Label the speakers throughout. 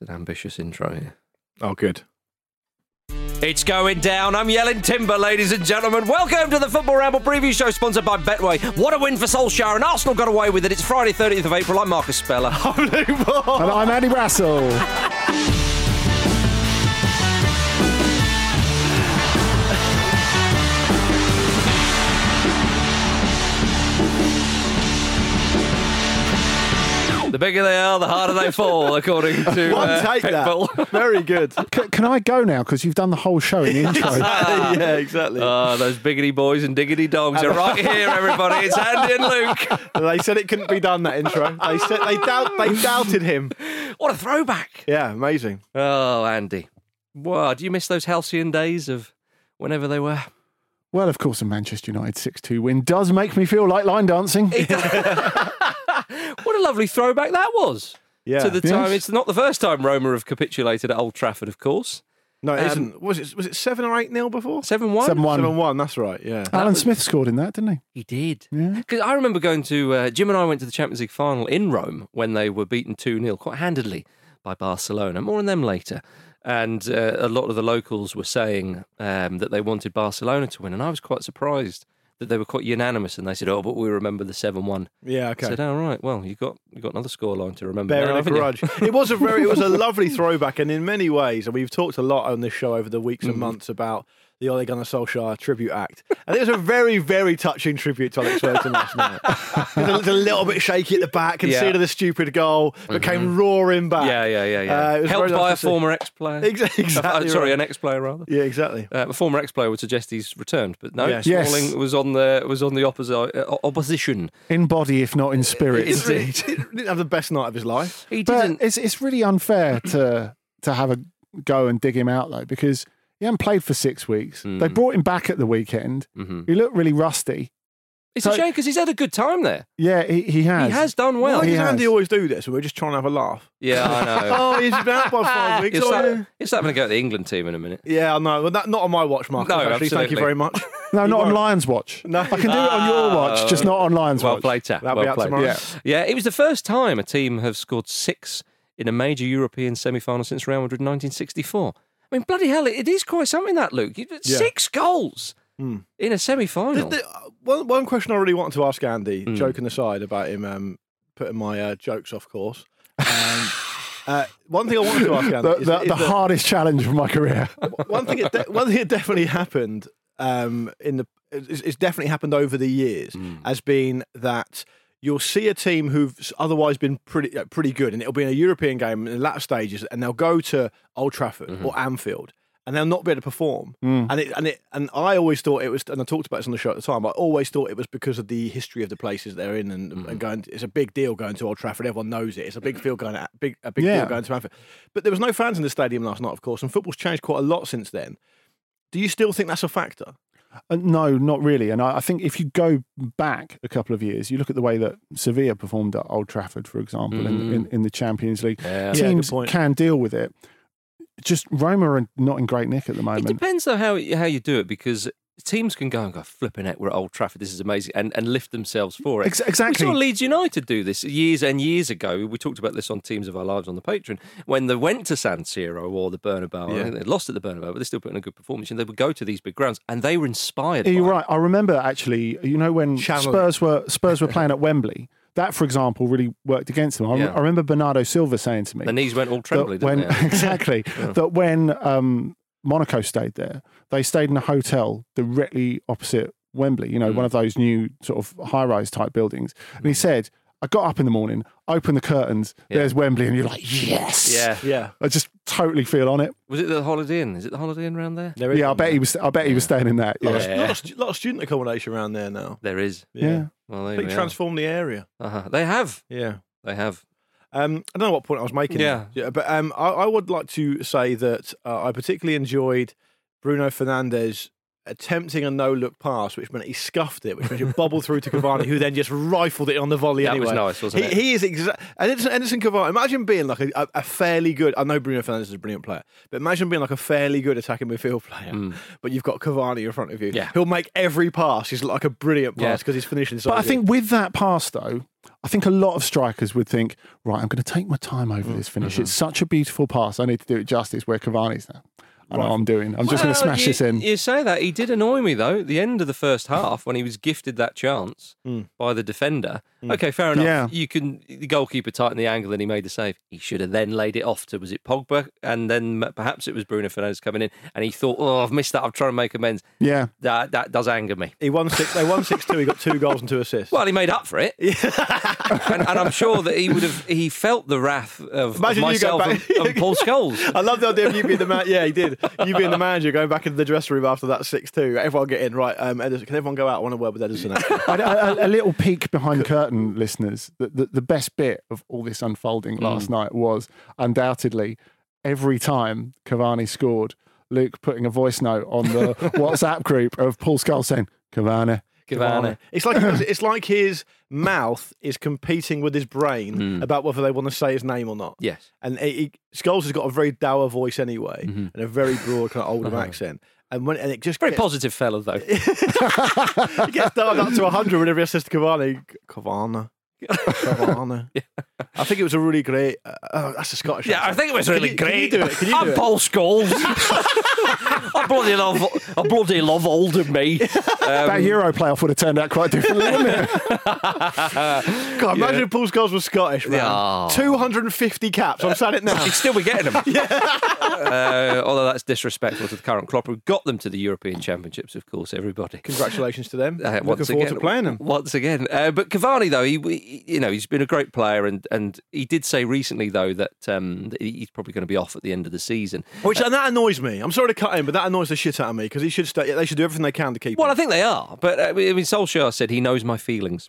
Speaker 1: It's an ambitious intro here.
Speaker 2: Oh, good.
Speaker 1: It's going down. I'm yelling timber, ladies and gentlemen. Welcome to the Football Ramble preview show sponsored by Betway. What a win for Solskjaer, and Arsenal got away with it. It's Friday, 30th of April. I'm Marcus Speller.
Speaker 2: And I'm Andy Russell.
Speaker 1: the bigger they are, the harder they fall, according to
Speaker 3: One
Speaker 1: uh,
Speaker 3: take that.
Speaker 1: Pitbull.
Speaker 3: Very good.
Speaker 2: C- can I go now? Because you've done the whole show in the intro.
Speaker 3: yeah, exactly.
Speaker 1: Ah, those biggity boys and diggity dogs are right here, everybody. It's Andy and Luke.
Speaker 3: they said it couldn't be done. That intro. They said they doubt. They doubted him.
Speaker 1: What a throwback.
Speaker 3: Yeah, amazing.
Speaker 1: Oh, Andy. Wow, do you miss those halcyon days of whenever they were?
Speaker 2: well, of course, a Manchester United 6 2 win does make me feel like line dancing.
Speaker 1: What a lovely throwback that was.
Speaker 3: Yeah.
Speaker 1: To the
Speaker 2: Yes.
Speaker 1: time, it's not the first time Roma have capitulated at Old Trafford, of course.
Speaker 3: no, it
Speaker 1: um,
Speaker 3: not Was it was it seven or eight nil before?
Speaker 1: 7 1?
Speaker 2: 7
Speaker 3: Seven
Speaker 2: 1.
Speaker 3: one. That's right. Yeah.
Speaker 2: Alan Smith scored in that, didn't he?
Speaker 1: He did. Because I remember going to, uh, Jim and I went to the Champions League final in Rome when they were beaten 2 0 quite handedly by Barcelona. More on them later. And uh, a lot of the locals were saying um, that they wanted Barcelona to win. And I was quite surprised that they were quite unanimous. And they said, oh, but we remember the 7 1.
Speaker 3: Yeah.
Speaker 1: I
Speaker 3: Okay.
Speaker 1: said, all right, well, you've got, you got another scoreline to remember. now,
Speaker 3: Bearing a
Speaker 1: haven't you?"
Speaker 3: grudge. It was a very, it was a lovely throwback, and in many ways, and we've talked a lot on this show over the weeks
Speaker 1: Mm-hmm.
Speaker 3: and months about the Ole Gunnar Solskjaer tribute act, and it was a very, very touching tribute to Alex Ferguson last night. It looked a little bit shaky at the back, conceded a stupid goal, but came roaring back.
Speaker 1: Mm-hmm. Yeah, yeah, yeah, yeah.
Speaker 3: Uh, it was
Speaker 1: Helped
Speaker 3: very nice
Speaker 1: by
Speaker 3: to
Speaker 1: a
Speaker 3: see.
Speaker 1: former ex-player.
Speaker 3: Ex- exactly
Speaker 1: Uh, sorry, an
Speaker 3: right.
Speaker 1: ex-player rather.
Speaker 3: Yeah, exactly.
Speaker 1: Uh, a former ex-player would suggest he's returned, but no.
Speaker 3: Yes.
Speaker 2: Yes.
Speaker 1: Smalling was on the was on the opposi- uh, opposition.
Speaker 2: In body, if not in spirit.
Speaker 1: It's- Indeed.
Speaker 3: He didn't have the best night of his life.
Speaker 1: He
Speaker 2: But
Speaker 1: didn't.
Speaker 2: it's, it's really unfair to, to have a go and dig him out, though, because he hadn't played for six weeks. They
Speaker 1: Hmm.
Speaker 2: brought him back at the weekend.
Speaker 1: Mhm.
Speaker 2: He looked really rusty.
Speaker 1: It's a
Speaker 2: so-
Speaker 1: shame because he's had a good time there.
Speaker 2: Yeah, he, he has.
Speaker 1: Oh, He has done well.
Speaker 3: Why
Speaker 2: he
Speaker 3: does
Speaker 2: has.
Speaker 3: Andy always do this? We're just trying to have a laugh.
Speaker 1: Yeah, I know.
Speaker 3: Oh, he's been out by five weeks.
Speaker 1: It's
Speaker 3: Oh,
Speaker 1: like,
Speaker 3: yeah.
Speaker 1: it's like having to go to the England team in a minute.
Speaker 3: yeah, I know. Well, that, not on my watch, Mark.
Speaker 1: No,
Speaker 3: actually. Thank you
Speaker 1: absolutely.
Speaker 3: very much.
Speaker 2: No, not on
Speaker 3: won't.
Speaker 2: Lions Watch.
Speaker 3: No.
Speaker 2: I can do it on your watch, just not on Lions
Speaker 1: Ah, Well
Speaker 2: Watch.
Speaker 1: played, Tap.
Speaker 3: That'll
Speaker 1: well
Speaker 3: be out
Speaker 1: played.
Speaker 3: tomorrow.
Speaker 2: Yeah.
Speaker 1: Yeah, it was the first time a team have scored six in a major European semi-final since Real Madrid in 1964. I mean, bloody hell, it, it is quite something that Luke. You- Six goals in a semi-final.
Speaker 3: The- uh, one, one question I really wanted to ask Andy,
Speaker 2: Mm.
Speaker 3: joking aside about him um, putting my uh, jokes off course. Um, uh, one thing I wanted to ask Andy
Speaker 2: the,
Speaker 3: is,
Speaker 2: the,
Speaker 3: is
Speaker 2: the
Speaker 3: that-
Speaker 2: hardest challenge of my career.
Speaker 3: one thing, it de- one thing that definitely happened um, in the, it's, it's definitely happened over the years has been that you'll see a team who've s- otherwise been pretty uh, pretty good, and it'll be in a European game in the latter stages, and they'll go to Old Trafford or Anfield. And they'll not be able to perform, and it and it and I always thought it was, and I talked about this on the show at the time. I always thought it was because of the history of the places they're in, and, and going. It's a big deal going to Old Trafford. Everyone knows it. It's a big feel going, to, big a big
Speaker 2: Yeah.
Speaker 3: deal going to Anfield. But there was no fans in the stadium last night, of course, and football's changed quite a lot since then. Do you still think that's a factor?
Speaker 2: Uh, no, not really. And I, I think if you go back a couple of years, you look at the way that Sevilla performed at Old Trafford, for example, in, in, in the Champions League.
Speaker 1: Yeah.
Speaker 3: Yeah, good
Speaker 2: Teams
Speaker 3: point.
Speaker 2: can deal with it. Just Roma are not in great nick at the
Speaker 1: It
Speaker 2: moment.
Speaker 1: depends though how how you do it because teams can go and go flipping it. We're at Old Trafford. This is amazing, and and lift themselves for it.
Speaker 2: Ex- exactly.
Speaker 1: We saw Leeds United do this years and years ago. We talked about this on Teams of Our Lives on the Patreon when they went to San Siro or the Bernabeu. I
Speaker 3: Yeah.
Speaker 1: think they lost at the Bernabeu, but they still put in a good performance. And they would go to these big grounds, and they were inspired.
Speaker 2: You're
Speaker 1: by it.
Speaker 2: right. I remember actually, you know, when
Speaker 3: Channel it.
Speaker 2: Spurs were Spurs were playing at Wembley. That, for example, really worked against them. I,
Speaker 1: Yeah.
Speaker 2: I remember Bernardo Silva saying to me,
Speaker 1: The knees went all trembly,
Speaker 2: that when
Speaker 1: didn't they?
Speaker 2: exactly that when um, Monaco stayed there, they stayed in a hotel directly opposite Wembley. You
Speaker 1: Mm.
Speaker 2: know, one of those new sort of high-rise type buildings. And he said, "I got up in the morning, opened the curtains. There's Wembley, and you're like, yes,
Speaker 1: Yeah.
Speaker 3: Yeah,
Speaker 2: I just totally feel on it.
Speaker 1: Was it the Holiday Inn? Is it the Holiday Inn around there?
Speaker 3: there
Speaker 2: Yeah, I bet he was. I bet he was staying in that. Yeah,
Speaker 3: A lot, of, stu- lot of student accommodation around there now.
Speaker 1: There is.
Speaker 2: yeah.
Speaker 1: Well,
Speaker 3: I
Speaker 1: there
Speaker 3: think
Speaker 1: we are.
Speaker 3: transform the area.
Speaker 1: Uh-huh. They have.
Speaker 3: Yeah.
Speaker 1: They have.
Speaker 3: Um, I don't know what point I was making.
Speaker 1: Yeah.
Speaker 3: yeah but um, I, I would like to say that uh, I particularly enjoyed Bruno Fernandez attempting a no look pass, which meant he scuffed it, which meant he bubbled through to Cavani, who then just rifled it on the volley
Speaker 1: That was
Speaker 3: anyway.
Speaker 1: nice, wasn't
Speaker 3: he,
Speaker 1: it?
Speaker 3: He is exactly. Anderson, Anderson Cavani, imagine being like a, a, a fairly good. I know Bruno Fernandes is a brilliant player, but imagine being like a fairly good attacking midfield player, but you've got Cavani in front of you.
Speaker 1: Mm. Yeah.
Speaker 3: He'll make every pass. He's like a brilliant
Speaker 1: Yeah.
Speaker 3: pass because he's finishing so
Speaker 2: But I
Speaker 3: good.
Speaker 2: think with that pass, though, I think a lot of strikers would think, right, I'm going to take my time
Speaker 1: Mm.
Speaker 2: over this finish.
Speaker 1: Mm-hmm.
Speaker 2: It's such a beautiful pass. I need to do it justice where Cavani's now. I know what I'm doing. I'm just going to
Speaker 1: Well,
Speaker 2: smash
Speaker 1: you,
Speaker 2: this in.
Speaker 1: You say that. He did annoy me, though, at the end of the first half when he was gifted that chance
Speaker 3: Hmm.
Speaker 1: by the defender. Okay, fair enough.
Speaker 2: Yeah.
Speaker 1: You can, the goalkeeper tightened the angle and he made the save. He should have then laid it off to, was it Pogba? And then m- perhaps it was Bruno Fernandes coming in and he thought, oh, I've missed that. I'm trying to make amends.
Speaker 2: yeah.
Speaker 1: That, that does anger me.
Speaker 3: he won six. They won six two. He got two goals and two assists.
Speaker 1: Well, he made up for it, and, and I'm sure that he would have. He felt the wrath of, of
Speaker 3: Imagine you go
Speaker 1: myself and,
Speaker 3: back-
Speaker 1: and Paul Scholes.
Speaker 3: I love the idea of you being the man. Yeah, he did. You being the manager, going back into the dressing room after that six-two. Everyone get in, right? Um, Edison, can everyone go out? I want to word with Edison. actually.
Speaker 2: I- I- I- a little peek behind the curtain, listeners. The, the, the best bit of all this unfolding last night was undoubtedly every time Cavani scored, Luke putting a voice note on the WhatsApp group of Paul Skull saying, Cavani.
Speaker 1: Cavani.
Speaker 3: It's like it's like his mouth is competing with his brain
Speaker 1: Mm.
Speaker 3: about whether they want to say his name or not.
Speaker 1: Yes.
Speaker 3: And he, he, Scholes has got a very dour voice anyway, and a very broad kind of Oldham accent. And when and it just
Speaker 1: Mm-hmm. Uh-huh. Very
Speaker 3: gets,
Speaker 1: positive fellow, though.
Speaker 3: it gets dialed up to hundred whenever he says to Cavani, Cavana. Cavana. I think it was a really great. Uh, oh, that's a Scottish.
Speaker 1: Yeah, I
Speaker 3: accent.
Speaker 1: think it was
Speaker 3: Can
Speaker 1: really
Speaker 3: you-
Speaker 1: great.
Speaker 3: Can you do it? Can you
Speaker 1: I'm
Speaker 3: do it?
Speaker 1: Paul Scholes. I bloody love, I bloody love older me.
Speaker 2: that Euro playoff would have turned out quite differently, wouldn't it?
Speaker 3: God, imagine if Paul Scholes was Scottish, man.
Speaker 1: Yeah.
Speaker 3: 250 caps. I'm saying it now.
Speaker 1: He'd still be getting them. uh, although that's disrespectful to the current Klopp, who got them to the European Championships, of course, everybody.
Speaker 3: Congratulations to them.
Speaker 1: Uh,
Speaker 3: Looking
Speaker 1: once
Speaker 3: forward
Speaker 1: again,
Speaker 3: to playing them.
Speaker 1: Once again. Uh, but Cavani, though, he, he- you know, he's been a great player, and, and he did say recently, though, that, um, that he's probably going to be off at the end of the season.
Speaker 3: Which and that annoys me. I'm sorry to cut in, but that annoys the shit out of me because he should stay. They should do everything they can to keep.
Speaker 1: Well, I
Speaker 3: him.
Speaker 1: think they are. But uh, I mean, Solskjaer said he knows my feelings.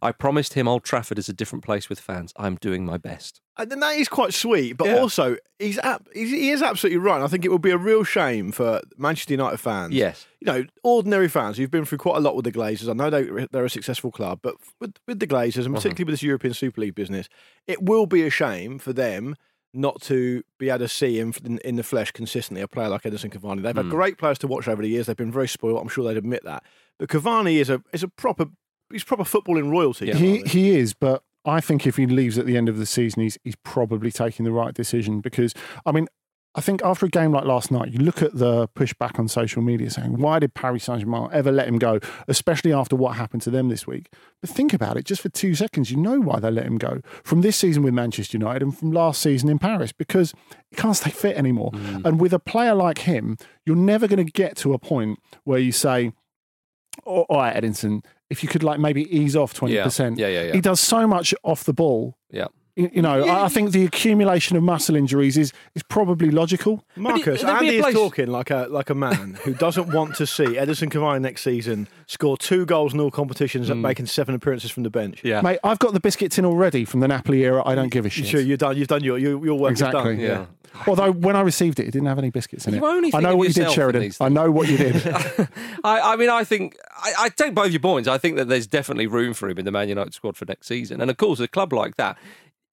Speaker 1: I promised him Old Trafford is a different place with fans. I'm doing my best.
Speaker 3: And then that is quite sweet, but
Speaker 1: Yeah.
Speaker 3: also he's, ab- he's he is absolutely right. And I think it would be a real shame for Manchester United fans.
Speaker 1: Yes.
Speaker 3: you know, ordinary fans who've been through quite a lot with the Glazers. I know they, they're a successful club, but with with the Glazers and particularly with this European Super League business, it will be a shame for them not to be able to see him in, in the flesh consistently. A player like Edison Cavani, they've had great players to watch over the years. They've been very spoiled. I'm sure they'd admit that. But Cavani is a is a proper he's proper footballing royalty.
Speaker 2: He he is, but I think if he leaves at the end of the season, he's he's probably taking the right decision because I mean. I think after a game like last night, you look at the pushback on social media saying, why did Paris Saint Germain ever let him go, especially after what happened to them this week? But think about it just for two seconds. You know why they let him go from this season with Manchester United and from last season in Paris because he can't stay fit anymore.
Speaker 1: Mm.
Speaker 2: And with a player like him, you're never going to get to a point where you say, all all right, Edinson, if you could like maybe ease off 20%.
Speaker 1: Yeah, yeah, yeah.
Speaker 2: He does so much off the ball.
Speaker 1: Yeah.
Speaker 2: You, you know, I I think the accumulation of muscle injuries is, is probably logical.
Speaker 1: there'd
Speaker 3: Marcus,
Speaker 1: be a
Speaker 3: Andy is
Speaker 1: place-
Speaker 3: talking like a like a man who doesn't want to see Edison Cavani next season score two goals in all competitions and making seven appearances from the bench.
Speaker 1: Mm. Yeah.
Speaker 2: Mate, I've got the biscuits in already from the Napoli era. I don't give a
Speaker 3: You
Speaker 2: shit.
Speaker 3: sure you're done? You've done your your, your work. is
Speaker 2: Exactly.
Speaker 3: done.
Speaker 1: Yeah.
Speaker 2: Although when I received it, it didn't have any biscuits in
Speaker 1: You
Speaker 2: it.
Speaker 1: only
Speaker 2: I
Speaker 1: think
Speaker 2: know
Speaker 1: of
Speaker 2: what you
Speaker 1: yourself in
Speaker 2: did, Sheridan.
Speaker 1: these
Speaker 2: I know what you did.
Speaker 1: I, I mean, I think I, I take both your points. I think that there's definitely room for him in the Man United squad for next season. And of course, a club like that,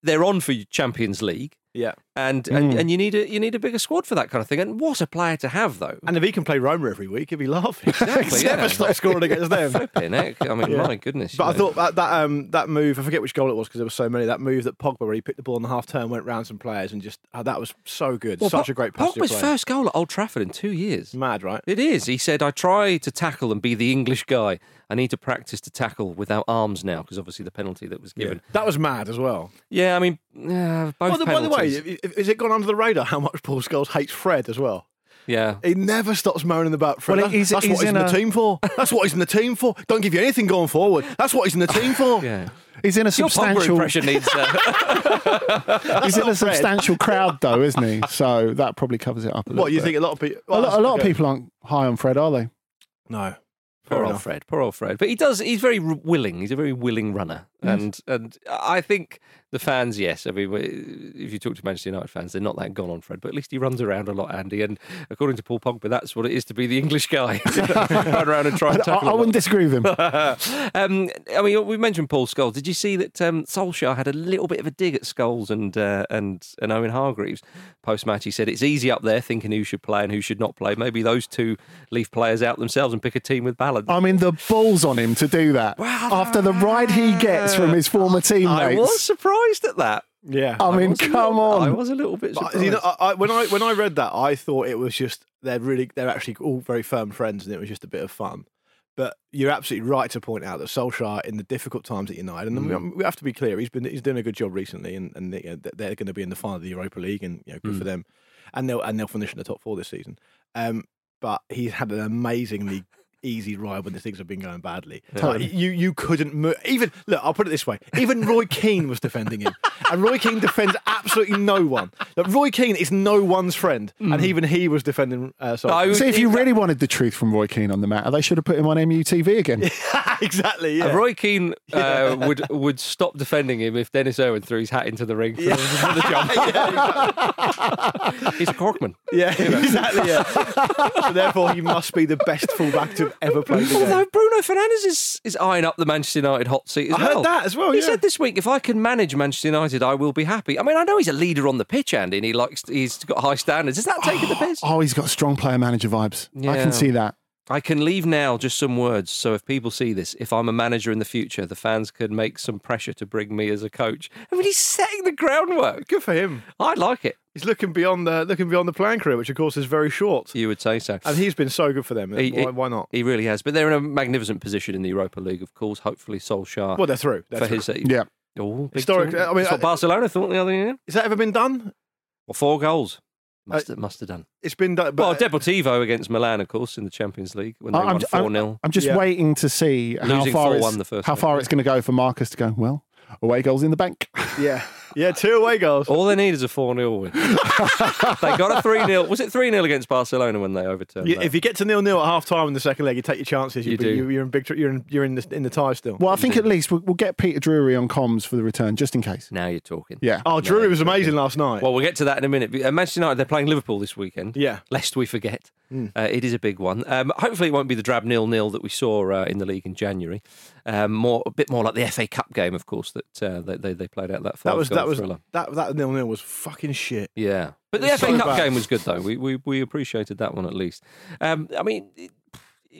Speaker 1: they're on for Champions League,
Speaker 3: Yeah.
Speaker 1: and and,
Speaker 3: Mm.
Speaker 1: and you need a you need a bigger squad for that kind of thing. And what a player to have, though.
Speaker 3: And if he can play Roma every week, he'd be laughing. Exactly.
Speaker 1: yeah.
Speaker 3: Never stop scoring against them.
Speaker 1: Flipping heck. I mean, my goodness.
Speaker 3: But
Speaker 1: you
Speaker 3: I
Speaker 1: know.
Speaker 3: thought that that, um, that move, I forget which goal it was because there were so many, that move that Pogba where he picked the ball on the half turn, went round some players and just, oh, that was so good. Such
Speaker 1: Pog-
Speaker 3: a great pass to your
Speaker 1: Pogba's
Speaker 3: player.
Speaker 1: first goal at Old Trafford in two years.
Speaker 3: Mad, right?
Speaker 1: It is. He said, I try to tackle and be the English guy. I need to practice to tackle without arms now because obviously the penalty that was given.
Speaker 3: That was mad as well.
Speaker 1: Yeah, I mean, uh, both
Speaker 3: By the, by the way,
Speaker 1: penalties.
Speaker 3: i- i- has it gone under the radar how much Paul Scholes hates Fred as well?
Speaker 1: yeah.
Speaker 3: He never stops moaning about Fred.
Speaker 2: Well,
Speaker 3: That-
Speaker 2: he's-
Speaker 3: that's
Speaker 2: he's
Speaker 3: what he's in
Speaker 2: in
Speaker 3: the
Speaker 2: a-
Speaker 3: team for. That's what he's in the team for. Don't give you anything going forward. That's what he's in the team for.
Speaker 1: Yeah.
Speaker 2: He's in a
Speaker 1: Your Pogba
Speaker 2: substantial
Speaker 1: impression needs. Uh,
Speaker 2: he's in a substantial crowd though, isn't he? So that probably covers it up a little
Speaker 3: What, you
Speaker 2: bit.
Speaker 3: think a lot of people...
Speaker 2: a lot, a lot
Speaker 3: okay.
Speaker 2: of people aren't high on Fred, are they?
Speaker 3: No. Fair
Speaker 1: poor old
Speaker 3: enough.
Speaker 1: Fred. Poor old Fred. But he does. He's very r- willing. He's a very willing runner. And and I think the fans, yes. I mean, we- if you talk to Manchester United fans, they're not that gone on Fred, but at least he runs around a lot, Andy. And according to Paul Pogba, that's what it is to be the English guy. Run around and try
Speaker 2: I,
Speaker 1: and
Speaker 2: I,
Speaker 1: tackle.
Speaker 2: I
Speaker 1: a lot.
Speaker 2: wouldn't disagree with him.
Speaker 1: um, I mean, we mentioned Paul Scholes. Did you see that um, Solskjaer had a little bit of a dig at Scholes and uh, and and Owen Hargreaves post match? He said it's easy up there thinking who should play and who should not play. Maybe those two leave players out themselves and pick a team with balance.
Speaker 2: I mean, the balls on him to do that
Speaker 1: Wow.
Speaker 2: after the ride he gets from his
Speaker 1: I
Speaker 2: former
Speaker 1: was
Speaker 2: teammates.
Speaker 1: surprised at that.
Speaker 3: Yeah.
Speaker 2: I, mean,
Speaker 1: was a
Speaker 2: come
Speaker 1: little- I
Speaker 2: on.
Speaker 1: was a little bit
Speaker 3: But,
Speaker 1: surprised.
Speaker 3: you know, I, I, when I when I read that, I thought it was just they're really they're actually all very firm friends, and it was just a bit of fun. But you're absolutely right to point out that Solskjaer, in the difficult times at United, and we, we have to be clear, he's been he's doing a good job recently, and, and they, you know, they're going to be in the final of the Europa League, and you know, good for them, and they'll and they'll finish in the top four this season. Um, but he's had an amazingly easy ride when the things have been going badly. Like, you you couldn't mo- even look. I'll put it this way: even Roy Keane was defending him, and Roy Keane defends absolutely no one. Look, Roy Keane is no one's friend, and even he was defending. Uh, Solskjaer.
Speaker 2: See, if you really wanted the truth from Roy Keane on the matter, they should have put him on MUTV again.
Speaker 3: exactly. Yeah.
Speaker 1: Roy Keane uh, would would stop defending him if Dennis Irwin threw his hat into the ring for, for the jump. He's a Corkman.
Speaker 3: Yeah, exactly. Yeah. so therefore, he must be the best fullback to have ever played the game.
Speaker 1: Although Bruno Fernandes is, is eyeing up the Manchester United hot seat as
Speaker 3: I
Speaker 1: well.
Speaker 3: heard that as well,
Speaker 1: He
Speaker 3: yeah.
Speaker 1: said this week, if I can manage Manchester United, I will be happy. I mean, I know he's a leader on the pitch, Andy, and he likes he's got high standards. Is that taking the piss?
Speaker 2: Oh, he's got strong player manager vibes. I
Speaker 1: Yeah.
Speaker 2: can see that.
Speaker 1: I can leave now just some words. So if people see this, if I'm a manager in the future, the fans could make some pressure to bring me as a coach. I mean, he's setting the groundwork.
Speaker 3: Good for him.
Speaker 1: I like it.
Speaker 3: He's looking beyond the looking beyond the playing career, which of course is very short.
Speaker 1: You would say so.
Speaker 3: And he's been so good for them.
Speaker 1: He-
Speaker 3: why, why not?
Speaker 1: He really has. But they're in a magnificent position in the Europa League, of course. Hopefully, Solskjaer
Speaker 3: Well, they're through. They're
Speaker 1: for
Speaker 3: through.
Speaker 1: his.
Speaker 2: Yeah.
Speaker 1: Oh, big
Speaker 3: Historic-
Speaker 1: tournament.
Speaker 3: I mean,
Speaker 1: That's what
Speaker 3: I-
Speaker 1: Barcelona thought the other year.
Speaker 3: Has that ever been done?
Speaker 1: Well, four goals. Must, have, must have done.
Speaker 3: It's been done.
Speaker 1: well,
Speaker 3: But, uh,
Speaker 1: Deportivo against Milan, of course, in the Champions League when they
Speaker 2: I- I'm
Speaker 1: won
Speaker 2: j-
Speaker 1: 4 0.
Speaker 2: I'm just
Speaker 3: Yeah.
Speaker 2: waiting to see how
Speaker 1: Losing
Speaker 2: far,
Speaker 1: 4-1
Speaker 2: it's,
Speaker 1: the first
Speaker 2: how
Speaker 1: leg.
Speaker 2: far it's going to go for Marcus to go, well, away goals in the bank.
Speaker 3: yeah, yeah, two away goals.
Speaker 1: All they need is a 4 0 win. they got a 3 0. Was it 3 0 against Barcelona when they overturned?
Speaker 3: You-
Speaker 1: that?
Speaker 3: if you get to nil nil at half time in the second leg, you take your chances.
Speaker 1: You
Speaker 3: but
Speaker 1: do.
Speaker 3: You're in big. tr- You're in. You're in the, in the tie still.
Speaker 2: Well, I think at least we'll, we'll get Peter Drury on comms for the return, just in case.
Speaker 1: Now you're talking.
Speaker 2: Yeah.
Speaker 3: Oh, Drury was amazing last night.
Speaker 1: Well, we'll get to that in a minute. But, uh, Manchester United, they're playing Liverpool this weekend.
Speaker 3: Yeah.
Speaker 1: Lest we forget. Uh, it is a big one. Um, hopefully, it won't be the drab nil nil that we saw uh, in the league in January. Um, more, a bit more like the FA Cup game, of course, that uh, they, they, they played out that five
Speaker 3: that was that was
Speaker 1: thriller.
Speaker 3: that that nil nil was fucking shit.
Speaker 1: Yeah, but the
Speaker 3: was
Speaker 1: FA
Speaker 3: so
Speaker 1: Cup
Speaker 3: bad.
Speaker 1: game was good though. We we we appreciated that one at least. Um, I mean. It,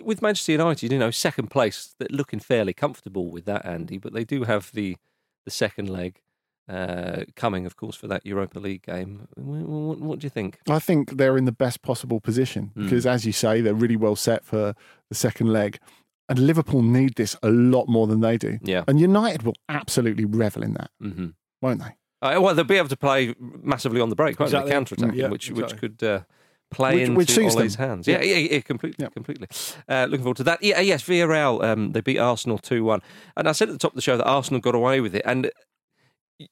Speaker 1: with Manchester United, you know, second place, they're looking fairly comfortable with that, Andy. But they do have the the second leg uh, coming, of course, for that Europa League game. What, what, what do you think?
Speaker 2: I think they're in the best possible position
Speaker 1: Hmm.
Speaker 2: because, as you say, they're really well set for the second leg. And Liverpool need this a lot more than they do.
Speaker 1: Yeah.
Speaker 2: And United will absolutely revel in that,
Speaker 1: hmm
Speaker 2: won't they?
Speaker 1: Uh, well, they'll be able to play massively on the break, won't
Speaker 3: Exactly.
Speaker 1: they? Counter attacking,
Speaker 3: Mm, yeah,
Speaker 1: which
Speaker 3: exactly.
Speaker 1: which could uh, play
Speaker 2: Which-
Speaker 1: into
Speaker 2: which suits
Speaker 1: Ole's
Speaker 2: them.
Speaker 1: hands. Yeah, yeah, yeah, completely,
Speaker 2: Yeah.
Speaker 1: completely. Uh, looking forward to that. Yeah, yes, Villarreal. Um, they beat Arsenal two one, and I said at the top of the show that Arsenal got away with it, and uh,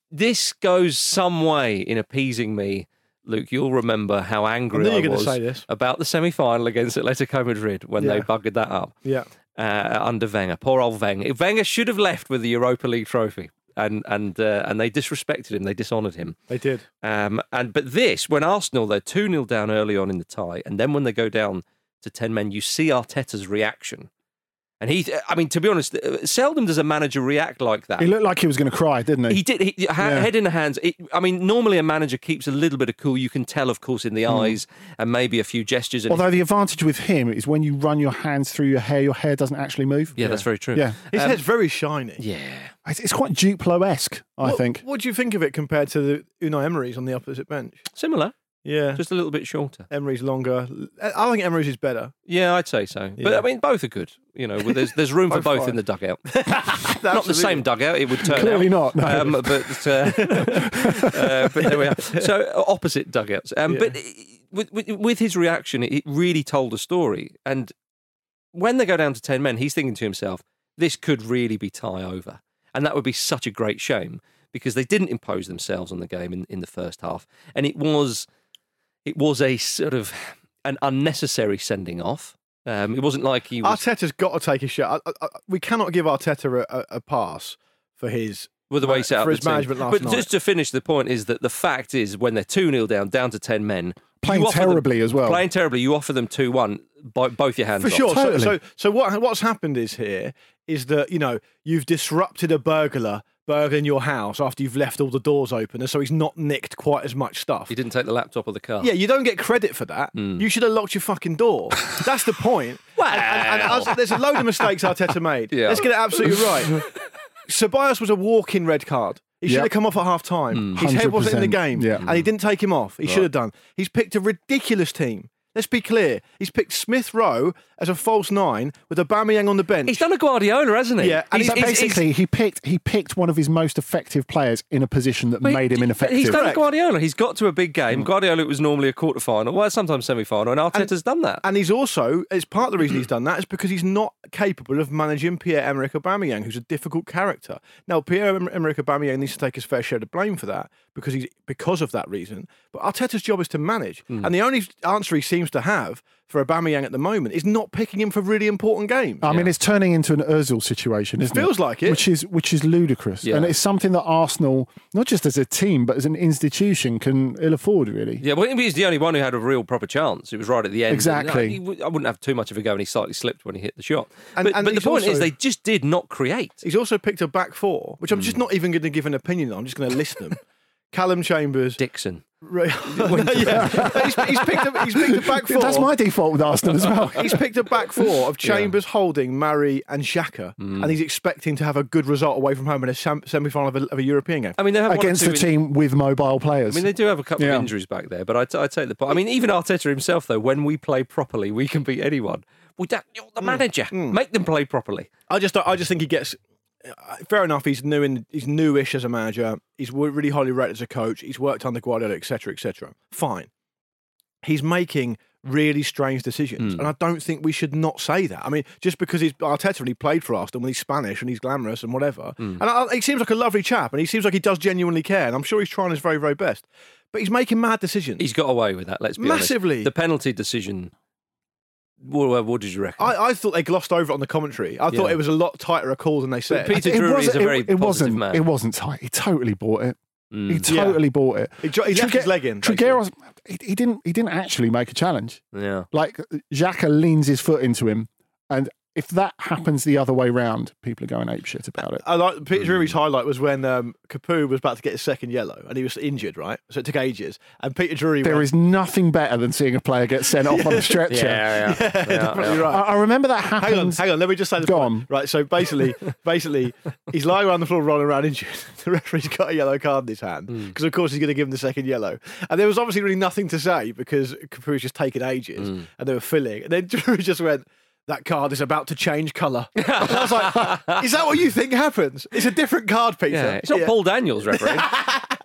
Speaker 1: this goes some way in appeasing me. Luke, you'll remember how
Speaker 3: I
Speaker 1: angry
Speaker 3: knew
Speaker 1: I,
Speaker 3: you were going
Speaker 1: was
Speaker 3: to say this.
Speaker 1: about the semi-final against Atletico Madrid when they
Speaker 3: Yeah.
Speaker 1: buggered that up
Speaker 3: Yeah,
Speaker 1: uh, under Wenger. Poor old Wenger. Wenger should have left with the Europa League trophy, and and uh, and they disrespected him. They dishonoured him.
Speaker 3: they did.
Speaker 1: Um, and but this, when Arsenal they're two 0 down early on in the tie, and then when they go down to ten men, you see Arteta's reaction. And he, I mean, to be honest, uh, seldom does a manager react like that.
Speaker 2: He looked like he was going to cry, didn't he?
Speaker 1: He did. He, ha-
Speaker 2: Yeah.
Speaker 1: Head in the hands. It, I mean, normally a manager keeps a little bit of cool. You can tell, of course, in the eyes and maybe a few gestures. And
Speaker 2: Mm. Although the advantage with him is when you run your hands through your hair, your hair doesn't actually move.
Speaker 1: yeah, that's very true.
Speaker 2: Yeah.
Speaker 3: His
Speaker 1: Um,
Speaker 3: head's very shiny.
Speaker 1: yeah.
Speaker 2: It's, it's quite Duplo esque, I
Speaker 3: What-
Speaker 2: think.
Speaker 3: What do you think of it compared to the Unai Emery's on the opposite bench?
Speaker 1: Similar,
Speaker 3: Yeah,
Speaker 1: just a little bit shorter.
Speaker 3: Emery's longer. I think Emery's is better.
Speaker 1: Yeah, I'd say so. But
Speaker 3: Yeah.
Speaker 1: I mean, both are good. You know, well, there's there's room for
Speaker 3: Both
Speaker 1: both
Speaker 3: fine.
Speaker 1: in the dugout. Not the same dugout. It would turn
Speaker 2: Clearly
Speaker 1: out.
Speaker 2: not. No.
Speaker 1: Um, but uh, uh, but there we are. So uh, opposite dugouts. Um,
Speaker 3: Yeah.
Speaker 1: But i- with, with with his reaction, it really told a story. And when they go down to ten men, he's thinking to himself, "This could really be tie over," and that would be such a great shame because they didn't impose themselves on the game in, in the first half, and it was it was a sort of an unnecessary sending off. Um, it wasn't like he was
Speaker 3: Arteta's got to take a shot. I, I, I, we cannot give Arteta a, a, a pass for his
Speaker 1: with the way he set up
Speaker 3: Uh, for
Speaker 1: the
Speaker 3: his
Speaker 1: team.
Speaker 3: management last
Speaker 1: but
Speaker 3: night.
Speaker 1: just to finish the point is that the fact is when they're 2 0 down, down to 10 men,
Speaker 2: Playing
Speaker 1: you offer them-
Speaker 2: terribly as well.
Speaker 1: Playing terribly, you offer them 2 1, both your hands
Speaker 3: for
Speaker 1: off.
Speaker 3: sure.
Speaker 2: Totally.
Speaker 3: So, so, so what what's happened is here is that you know you've disrupted a burglar burgling your house after you've left all the doors open, and so he's not nicked quite as much stuff.
Speaker 1: He didn't take the laptop or the car.
Speaker 3: Yeah, you don't get credit for that. You should have locked your fucking door. That's the point. And- and, and us- there's a load of mistakes Arteta made.
Speaker 1: Yeah.
Speaker 3: Let's get it absolutely right. Ceballos was a walk-in red card. He should
Speaker 2: Yep.
Speaker 3: have come off at half time. His head wasn't in the
Speaker 2: 100%.
Speaker 3: game,
Speaker 2: Yeah.
Speaker 3: and he didn't take him off. He should have done. He's picked a ridiculous team. Let's be clear. He's picked Smith Rowe as a false nine with Aubameyang on the bench.
Speaker 1: He's done a Guardiola, hasn't he?
Speaker 3: Yeah, and
Speaker 1: he's,
Speaker 2: But basically, he picked he picked one of his most effective players in a position that
Speaker 1: But
Speaker 2: made
Speaker 1: he-
Speaker 2: him ineffective.
Speaker 1: He's done a
Speaker 3: Correct.
Speaker 1: Guardiola. He's got to a big game. Guardiola was normally a quarter final, well, sometimes semi final, and Arteta's done that.
Speaker 3: And he's also, it's part of the reason he's done that is because he's not capable of managing Pierre-Emerick Aubameyang, who's a difficult character. Now, Pierre-Emerick Aubameyang needs to take his fair share of blame for that because he's because of that reason. But Arteta's job is to manage,
Speaker 2: Hmm.
Speaker 3: and the only answer he seems to have for Aubameyang at the moment is not picking him for really important games.
Speaker 2: I mean, it's turning into an Özil situation, isn't it?
Speaker 3: feels like it.
Speaker 2: which is which is ludicrous,
Speaker 1: Yeah.
Speaker 2: and it's something that Arsenal, not just as a team but as an institution, can ill afford. Really,
Speaker 1: Yeah, well, he's the only one who had a real proper chance. It was right at the end.
Speaker 2: Exactly.
Speaker 1: And, uh, he w- I wouldn't have too much of a go, and he slightly slipped when he hit the shot.
Speaker 3: And-
Speaker 1: but
Speaker 3: and
Speaker 1: but the
Speaker 3: he's
Speaker 1: point is,
Speaker 3: also-
Speaker 1: they just did not create.
Speaker 3: He's also picked a back four, which I'm
Speaker 2: Hmm.
Speaker 3: just not even going to give an opinion on. I'm just going to list them. Callum Chambers.
Speaker 1: Dixon.
Speaker 3: Ray- yeah. he's, he's, picked a, he's picked a back four.
Speaker 2: that's my default with Arsenal as well.
Speaker 3: he's picked a back four of Chambers, Holding, Murray, and Shaka, and he's expecting to have a good result away from home in a semi final of, a- of a European game.
Speaker 1: I mean, they have one or
Speaker 2: Against
Speaker 1: two
Speaker 2: the
Speaker 1: in-
Speaker 2: team with mobile
Speaker 1: I
Speaker 2: players.
Speaker 1: mean, they do have a couple
Speaker 2: Yeah.
Speaker 1: of injuries back there, but I, t- I take the point. I mean, even Arteta himself, though, when we play properly, we can beat anyone. Well, that, you're the manager. Make them play properly.
Speaker 3: I just, I just think he gets. uh, Fair enough. He's new in, he's newish as a manager. He's w- really highly rated as a coach. He's worked under Guardiola, etc., etc. Fine. He's making really strange
Speaker 1: Hmm.
Speaker 3: decisions, and I don't think we should not say that. I mean, just because he's Arteta and he played for Arsenal, and he's Spanish and he's glamorous and whatever,
Speaker 1: Hmm.
Speaker 3: and I, he seems like a lovely chap, and he seems like he does genuinely care, and I'm sure he's trying his very, very best. But he's making mad decisions.
Speaker 1: He's got away with that, let's be honest.
Speaker 3: Massively.
Speaker 1: The penalty decision. What, what- what did you reckon?
Speaker 3: I, I thought they glossed over it on the commentary. I thought
Speaker 1: Yeah.
Speaker 3: it was a lot tighter a call than they said.
Speaker 1: Peter
Speaker 2: It
Speaker 1: Drury
Speaker 2: wasn't-
Speaker 1: is a
Speaker 2: it-
Speaker 1: very
Speaker 2: it,
Speaker 1: positive
Speaker 2: wasn't,
Speaker 1: man.
Speaker 2: It wasn't tight. He totally bought it.
Speaker 1: Hmm.
Speaker 2: He
Speaker 3: Yeah.
Speaker 2: totally bought it.
Speaker 3: He, jo- he left his
Speaker 2: Trige-
Speaker 3: leg in. basically.
Speaker 2: Trigueros, he, he didn't. He didn't actually make a challenge.
Speaker 1: yeah.
Speaker 2: Like Xhaka leans his foot into him, and if that happens the other way round, people are going apeshit about it.
Speaker 3: I like Peter Drury's
Speaker 2: Hmm.
Speaker 3: highlight was when um, Capu was about to get his second yellow and he was injured, right? So it took ages. And Peter Drury
Speaker 2: There
Speaker 3: went,
Speaker 2: is nothing better than seeing a player get sent off on a
Speaker 1: Yeah,
Speaker 2: stretcher.
Speaker 1: yeah, yeah.
Speaker 3: definitely right.
Speaker 2: I, I remember that
Speaker 3: Hang on,
Speaker 2: happened.
Speaker 3: hang on. Let me just say this.
Speaker 2: Go
Speaker 3: point.
Speaker 2: on.
Speaker 3: Right. So basically, basically, he's lying around the floor, rolling around injured. The referee's got a yellow card in his hand
Speaker 2: Hmm.
Speaker 3: because, of course, he's going to give him the second yellow. And there was obviously really nothing to say because Capu's just taking ages,
Speaker 2: Hmm.
Speaker 3: and they were filling. And then Drew just went. That card is about to change colour. And I was like, "Is that what you think happens? It's a different card, Peter.
Speaker 1: Yeah, It's not Paul Daniels refereeing.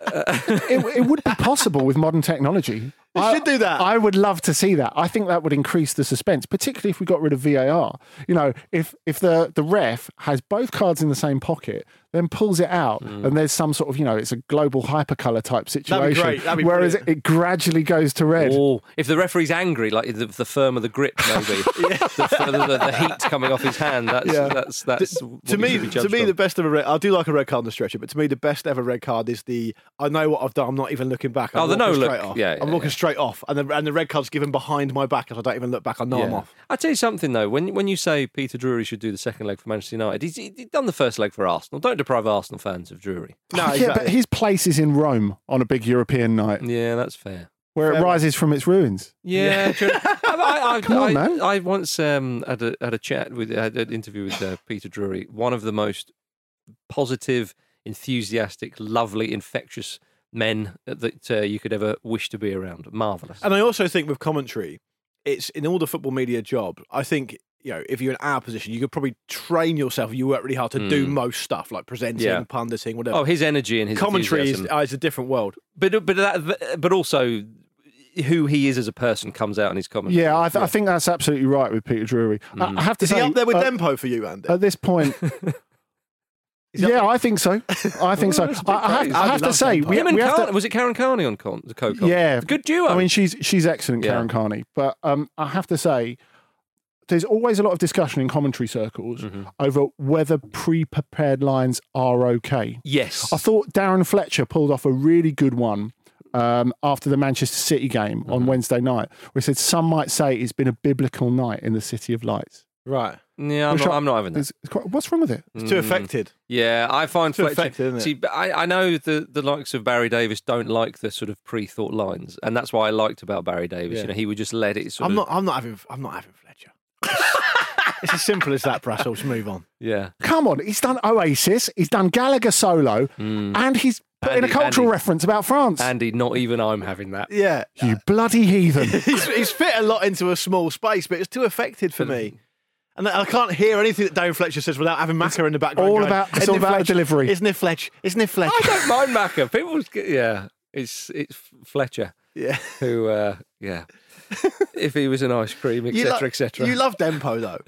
Speaker 2: It, it would be possible with modern technology.
Speaker 3: They
Speaker 2: I,
Speaker 3: should do that.
Speaker 2: I would love to see that. I think that would increase the suspense, particularly if we got rid of VAR. You know, if if the the ref has both cards in the same pocket, then pulls it out, and there's some sort of you know, it's a global hypercolor type situation.
Speaker 3: great. That'd Mm. be
Speaker 2: whereas it,
Speaker 3: brilliant.
Speaker 2: it gradually goes to red.
Speaker 1: Oh, if the referee's angry, like the, the firmer the grip, maybe the, further the, the heat coming off his hand. That's
Speaker 2: Yeah.
Speaker 1: that's that's what
Speaker 3: to
Speaker 1: he
Speaker 3: me,
Speaker 1: should be
Speaker 3: to
Speaker 1: judged
Speaker 3: me,
Speaker 1: on.
Speaker 3: the best ever. Red, I do like a red card on the stretcher, but to me, the best ever red card is the. I know what I've done. I'm not even looking back. I'm
Speaker 1: Oh, the
Speaker 3: walking
Speaker 1: no look.
Speaker 3: straight Off.
Speaker 1: Yeah,
Speaker 3: I'm
Speaker 1: yeah,
Speaker 3: walking
Speaker 1: yeah.
Speaker 3: straight off, and the and the red card's given behind my back, as I don't even look back. I know I'm
Speaker 1: Yeah.
Speaker 3: off.
Speaker 1: I tell you something though, when when you say Peter Drury should do the second leg for Manchester United, he's, he's done the first leg for Arsenal. Don't deprive Arsenal fans of Drury.
Speaker 3: No,
Speaker 2: yeah,
Speaker 3: exactly. Mm.
Speaker 2: but his place is in Rome on a big European night,
Speaker 1: Yeah, that's fair.
Speaker 2: where it
Speaker 3: Fair
Speaker 2: rises from its ruins.
Speaker 1: Yeah, true. I, I, I,
Speaker 2: Come on,
Speaker 1: I,
Speaker 2: man.
Speaker 1: I once um, had a had a chat with had an interview with uh, Peter Drury, one of the most positive, enthusiastic, lovely, infectious men that uh, you could ever wish to be around. Marvelous.
Speaker 3: And I also think with commentary, it's in all the football media job. I think you know if you're in our position, you could probably train yourself. You work really hard to do most stuff like presenting,
Speaker 1: Hmm. Yeah.
Speaker 3: punditing, whatever.
Speaker 1: Oh, his energy and his
Speaker 3: commentary is,
Speaker 1: enthusiasm.
Speaker 3: uh, is a different world.
Speaker 1: but but that, but also who he is as a person comes out in his commentary.
Speaker 2: Yeah, I, th- I think that's absolutely right with Peter Drury. I- I, have to
Speaker 3: Mm. Is
Speaker 2: say,
Speaker 3: he up there with
Speaker 2: uh,
Speaker 3: Dempo for you, Andy?
Speaker 2: at this point.
Speaker 3: he up
Speaker 2: yeah, I think so. I think so. I, I have,
Speaker 1: praise.
Speaker 2: I
Speaker 3: I'd
Speaker 2: have to
Speaker 3: love
Speaker 2: say,
Speaker 3: him.
Speaker 2: we,
Speaker 1: Him and
Speaker 2: we have
Speaker 1: Carn-
Speaker 2: to.
Speaker 1: was it Karen Carney on con- the co-con?
Speaker 2: Yeah.
Speaker 1: good duo.
Speaker 2: I mean, she's she's excellent,
Speaker 1: Yeah.
Speaker 2: Karen Carney. But um, I have to say, there's always a lot of discussion in commentary circles over whether pre-prepared lines are okay.
Speaker 1: Yes.
Speaker 2: I thought Darren Fletcher pulled off a really good one um, after the Manchester City game on Wednesday night, where he said, Some might say it's been a biblical night in the City of Lights.
Speaker 3: Right.
Speaker 1: yeah, I'm
Speaker 2: Which
Speaker 1: not,
Speaker 2: I-
Speaker 1: I'm not having that.
Speaker 2: It's- it's quite- what's wrong with it?
Speaker 3: It's too
Speaker 1: Hmm.
Speaker 3: affected.
Speaker 1: Yeah, I find
Speaker 3: too
Speaker 1: Fletcher.
Speaker 3: effective, isn't it?
Speaker 1: See, but I, I know the, the likes of Barry Davis don't like the sort of pre-thought lines, and that's what I liked about Barry Davis.
Speaker 3: Yeah.
Speaker 1: You know, he would just let it sort
Speaker 3: I'm
Speaker 1: of.
Speaker 3: not. I'm not having. I'm not having Fletcher. it's as simple as that, Brussels. Move on.
Speaker 1: yeah,
Speaker 2: Come on, he's done Oasis, he's done Gallagher solo, and he's put in
Speaker 1: Hmm. And
Speaker 2: a
Speaker 1: he-
Speaker 2: cultural
Speaker 1: and he-
Speaker 2: reference about France.
Speaker 1: Andy, not even I'm having that.
Speaker 3: Yeah.
Speaker 2: you bloody heathen.
Speaker 3: he's, he's fit a lot into a small space, but it's too affected for me. And I can't hear anything that Darren Fletcher says without having Macker in the background.
Speaker 2: all
Speaker 3: going,
Speaker 2: about- it's
Speaker 3: "Isn't
Speaker 2: all
Speaker 3: it
Speaker 2: about the
Speaker 3: Fletch?
Speaker 2: delivery."
Speaker 3: Isn't it Fletch? Isn't it Fletch?
Speaker 1: I don't mind Macker. People, get- yeah, it's it's Fletcher
Speaker 3: yeah.
Speaker 1: who, uh, yeah, if he was an ice cream,
Speaker 3: You
Speaker 1: etc.,
Speaker 3: lo-
Speaker 1: etc.
Speaker 3: You love Dempo though.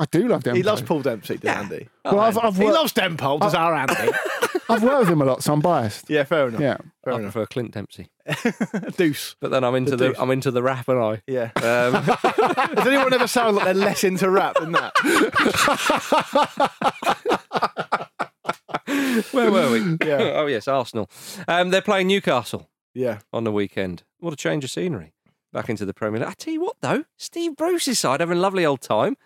Speaker 2: I do love Dempo.
Speaker 3: He loves Paul Dempsey, does Andy?
Speaker 2: Well, I've, I've,
Speaker 3: He
Speaker 2: worked,
Speaker 3: loves Dempo, does our Andy?
Speaker 2: I've worked with him a lot, so I'm biased.
Speaker 3: yeah, fair enough.
Speaker 2: Yeah.
Speaker 3: fair
Speaker 1: I
Speaker 3: enough.
Speaker 1: prefer Clint Dempsey,
Speaker 3: Deuce.
Speaker 1: but then I'm into the,
Speaker 3: deuce.
Speaker 1: I'm into the rap, and I.
Speaker 3: Yeah.
Speaker 1: Um,
Speaker 3: Does anyone ever sound like they're less into rap than that?
Speaker 1: where were we?
Speaker 3: Yeah.
Speaker 1: oh yes, Arsenal. Um, they're playing Newcastle.
Speaker 3: Yeah.
Speaker 1: on the weekend. What a change of scenery. Back into the Premier League. I tell you what, though, Steve Bruce's side having a lovely old time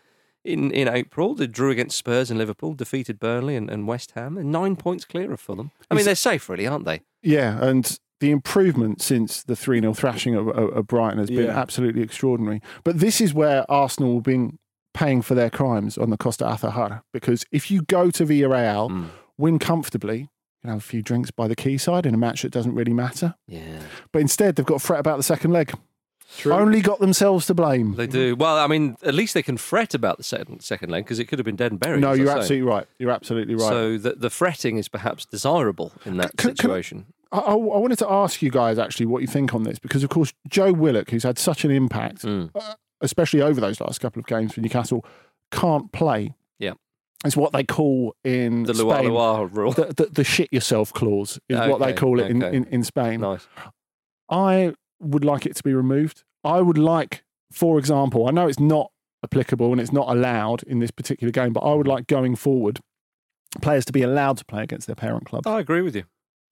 Speaker 1: in, in April. They drew against Spurs and Liverpool, defeated Burnley and, and West Ham, and nine points clear of Fulham. I mean,
Speaker 2: Is-
Speaker 1: they're safe, really, aren't they?
Speaker 2: Yeah, and the improvement since the 3 0 thrashing of, of, of Brighton has been
Speaker 3: Yeah.
Speaker 2: absolutely extraordinary. But this is where Arsenal have been paying for their crimes on the Costa Azahara because if you go to Villarreal,
Speaker 1: Hmm.
Speaker 2: win comfortably, you can have a few drinks by the quayside in a match that doesn't really matter.
Speaker 1: Yeah,
Speaker 2: But instead, they've got to fret about the second leg.
Speaker 3: True.
Speaker 2: Only got themselves to blame.
Speaker 1: they do. Well, I mean, at least they can fret about the second, second leg because it could have been dead and buried.
Speaker 2: No,
Speaker 1: as I
Speaker 2: you're
Speaker 1: say.
Speaker 2: absolutely right. You're absolutely right.
Speaker 1: So the, the fretting is perhaps desirable in that
Speaker 2: Can- can I-
Speaker 1: situation.
Speaker 2: I, I I wanted to ask you guys actually what you think on this because, of course, Joe Willock, who's had such an impact,
Speaker 1: Mm.
Speaker 2: uh, especially over those last couple of games for Newcastle, can't play.
Speaker 1: Yeah.
Speaker 2: It's what they call in
Speaker 1: the Lua
Speaker 2: Spain
Speaker 1: Lua rule.
Speaker 2: the, the, the shit yourself clause, is what they
Speaker 1: Okay,
Speaker 2: call it in,
Speaker 1: okay.
Speaker 2: in, in Spain.
Speaker 1: nice.
Speaker 2: I would like it to be removed. I would like, for example, I know it's not applicable and it's not allowed in this particular game, but I would like going forward players to be allowed to play against their parent club.
Speaker 1: I agree with you.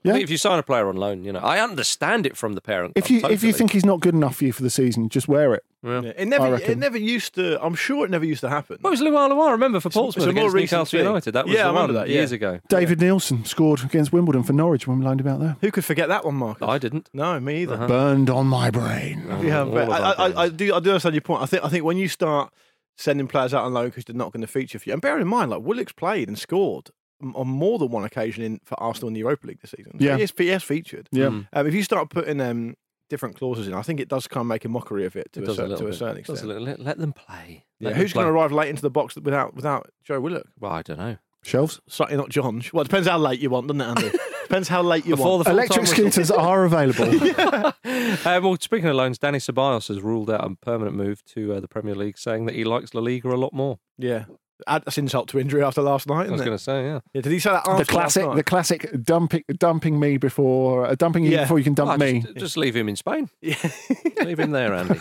Speaker 2: Yeah.
Speaker 1: I think if you sign a player on loan, you know, I understand it from the parent.
Speaker 2: If
Speaker 1: club,
Speaker 2: you if you
Speaker 1: totally.
Speaker 2: think he's not good enough for you for the season, just wear it.
Speaker 1: Yeah.
Speaker 3: Yeah, it
Speaker 2: I
Speaker 3: never,
Speaker 2: reckon.
Speaker 3: it never used to. I'm sure it never used to happen.
Speaker 1: What was Luar Luar? Remember for Portsmouth
Speaker 3: it's a more
Speaker 1: against
Speaker 3: recent
Speaker 1: Newcastle
Speaker 3: thing.
Speaker 1: United? That was
Speaker 3: Yeah, I
Speaker 1: the one
Speaker 3: remember that,
Speaker 1: years
Speaker 3: yeah.
Speaker 1: ago.
Speaker 2: David Nielsen scored against Wimbledon for Norwich when we lined about there.
Speaker 3: Who could forget that one, Mark?
Speaker 1: I didn't.
Speaker 3: No, me either.
Speaker 2: Burned on my brain.
Speaker 3: Yeah,
Speaker 1: All
Speaker 3: but
Speaker 1: of
Speaker 3: I,
Speaker 1: our
Speaker 3: I, I,
Speaker 1: players.
Speaker 3: do. I do understand your point. I think. I think when you start sending players out on loan because they're not going to feature for you, and bear in mind, like Willock's played and scored m- on more than one occasion in for Arsenal in the Europa League this season. So
Speaker 2: Yeah.
Speaker 3: he, has, he has featured.
Speaker 2: Yeah.
Speaker 1: Mm.
Speaker 3: Um, if you start putting um, different clauses in, I think it does kind of make a mockery of it
Speaker 1: It
Speaker 3: to, a,
Speaker 1: does a
Speaker 3: cer-
Speaker 1: little
Speaker 3: to a
Speaker 1: bit.
Speaker 3: certain
Speaker 1: Does a
Speaker 3: extent.
Speaker 1: little- let, let them play.
Speaker 3: Yeah,
Speaker 1: Let them
Speaker 3: who's going to
Speaker 1: play.
Speaker 3: arrive late into the box without without Joe Willock?
Speaker 1: Well, I don't know.
Speaker 2: Shelves.
Speaker 3: Certainly not John. Well, it depends how late you want, doesn't it, Andy? depends how late you
Speaker 1: Before
Speaker 3: want.
Speaker 1: the
Speaker 2: Electric scooters are available.
Speaker 1: Um, well, speaking of loans, Danny Ceballos has ruled out a permanent move to uh, the Premier League, saying that he likes La Liga a lot more.
Speaker 3: yeah, Add- that's insult to injury after last night.
Speaker 1: I was
Speaker 3: Isn't it?
Speaker 1: going to say, yeah.
Speaker 3: Yeah, did he say that?
Speaker 2: the
Speaker 3: after last
Speaker 2: classic,
Speaker 3: night?
Speaker 2: the classic dumping, dumping me before uh, dumping you
Speaker 3: Yeah.
Speaker 2: before you can dump
Speaker 1: Well,
Speaker 2: me.
Speaker 1: Oh, Just, just leave him in Spain. leave him there, Andy.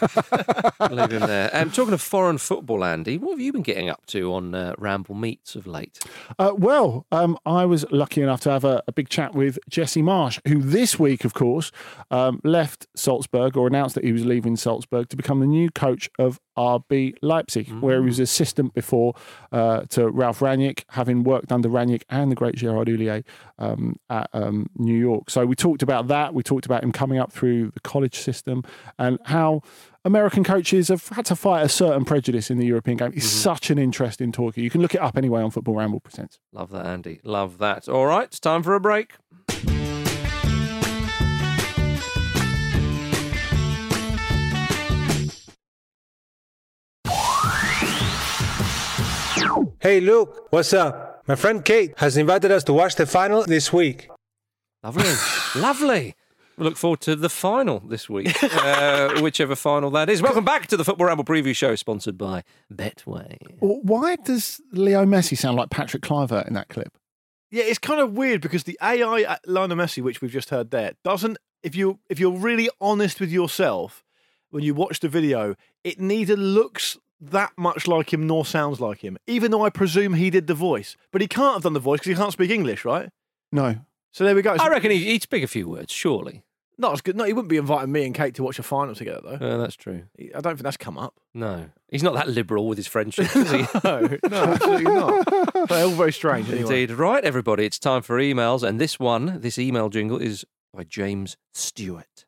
Speaker 1: leave him there. Um, talking of foreign football, Andy, what have you been getting up to on uh, Ramble Meets of late?
Speaker 2: Uh, well, um, I was lucky enough to have a, a big chat with Jesse Marsh, who this week, of course, um, left Salzburg or announced that he was leaving Salzburg to become the new coach of RB Leipzig, where he was assistant before uh, to Ralph Ranick, having worked under Ranick and the great Gerard Houllier um, at um, New York. So we talked about that. We talked about him coming up through the college system and how. American coaches have had to fight a certain prejudice in the European game. It's such an interesting talker. You can look it up anyway on Football Ramble Presents.
Speaker 1: Love that, Andy. Love that. All right, it's time for a break.
Speaker 4: Hey Luke, what's up? My friend Kate has invited us to watch the final this week.
Speaker 1: Lovely, lovely. We look forward to the final this week, uh, whichever final that is. Welcome back to the Football Ramble Preview Show, sponsored by Betway.
Speaker 2: Well, why does Leo Messi sound like Patrick Cliver in that clip?
Speaker 3: Yeah, it's kind of weird because the AI at Lionel Messi, which we've just heard there, doesn't. If you if you're really honest with yourself, when you watch the video, it neither looks that much like him nor sounds like him, even though I presume he did the voice. But he can't have done the voice because he can't speak English, right?
Speaker 2: No.
Speaker 3: So there we go. It's
Speaker 1: I reckon he, he'd speak a few words, surely.
Speaker 3: not as good. No, he wouldn't be inviting me and Kate to watch a final together, though.
Speaker 1: Uh, that's true.
Speaker 3: He- I don't think that's come up.
Speaker 1: No, he's not that liberal with his friendships, is he?
Speaker 3: No, no, absolutely not. They're all very strange. Anyway.
Speaker 1: Indeed. Right, everybody, it's time for emails. And this one, this email jingle, is by James Stewart.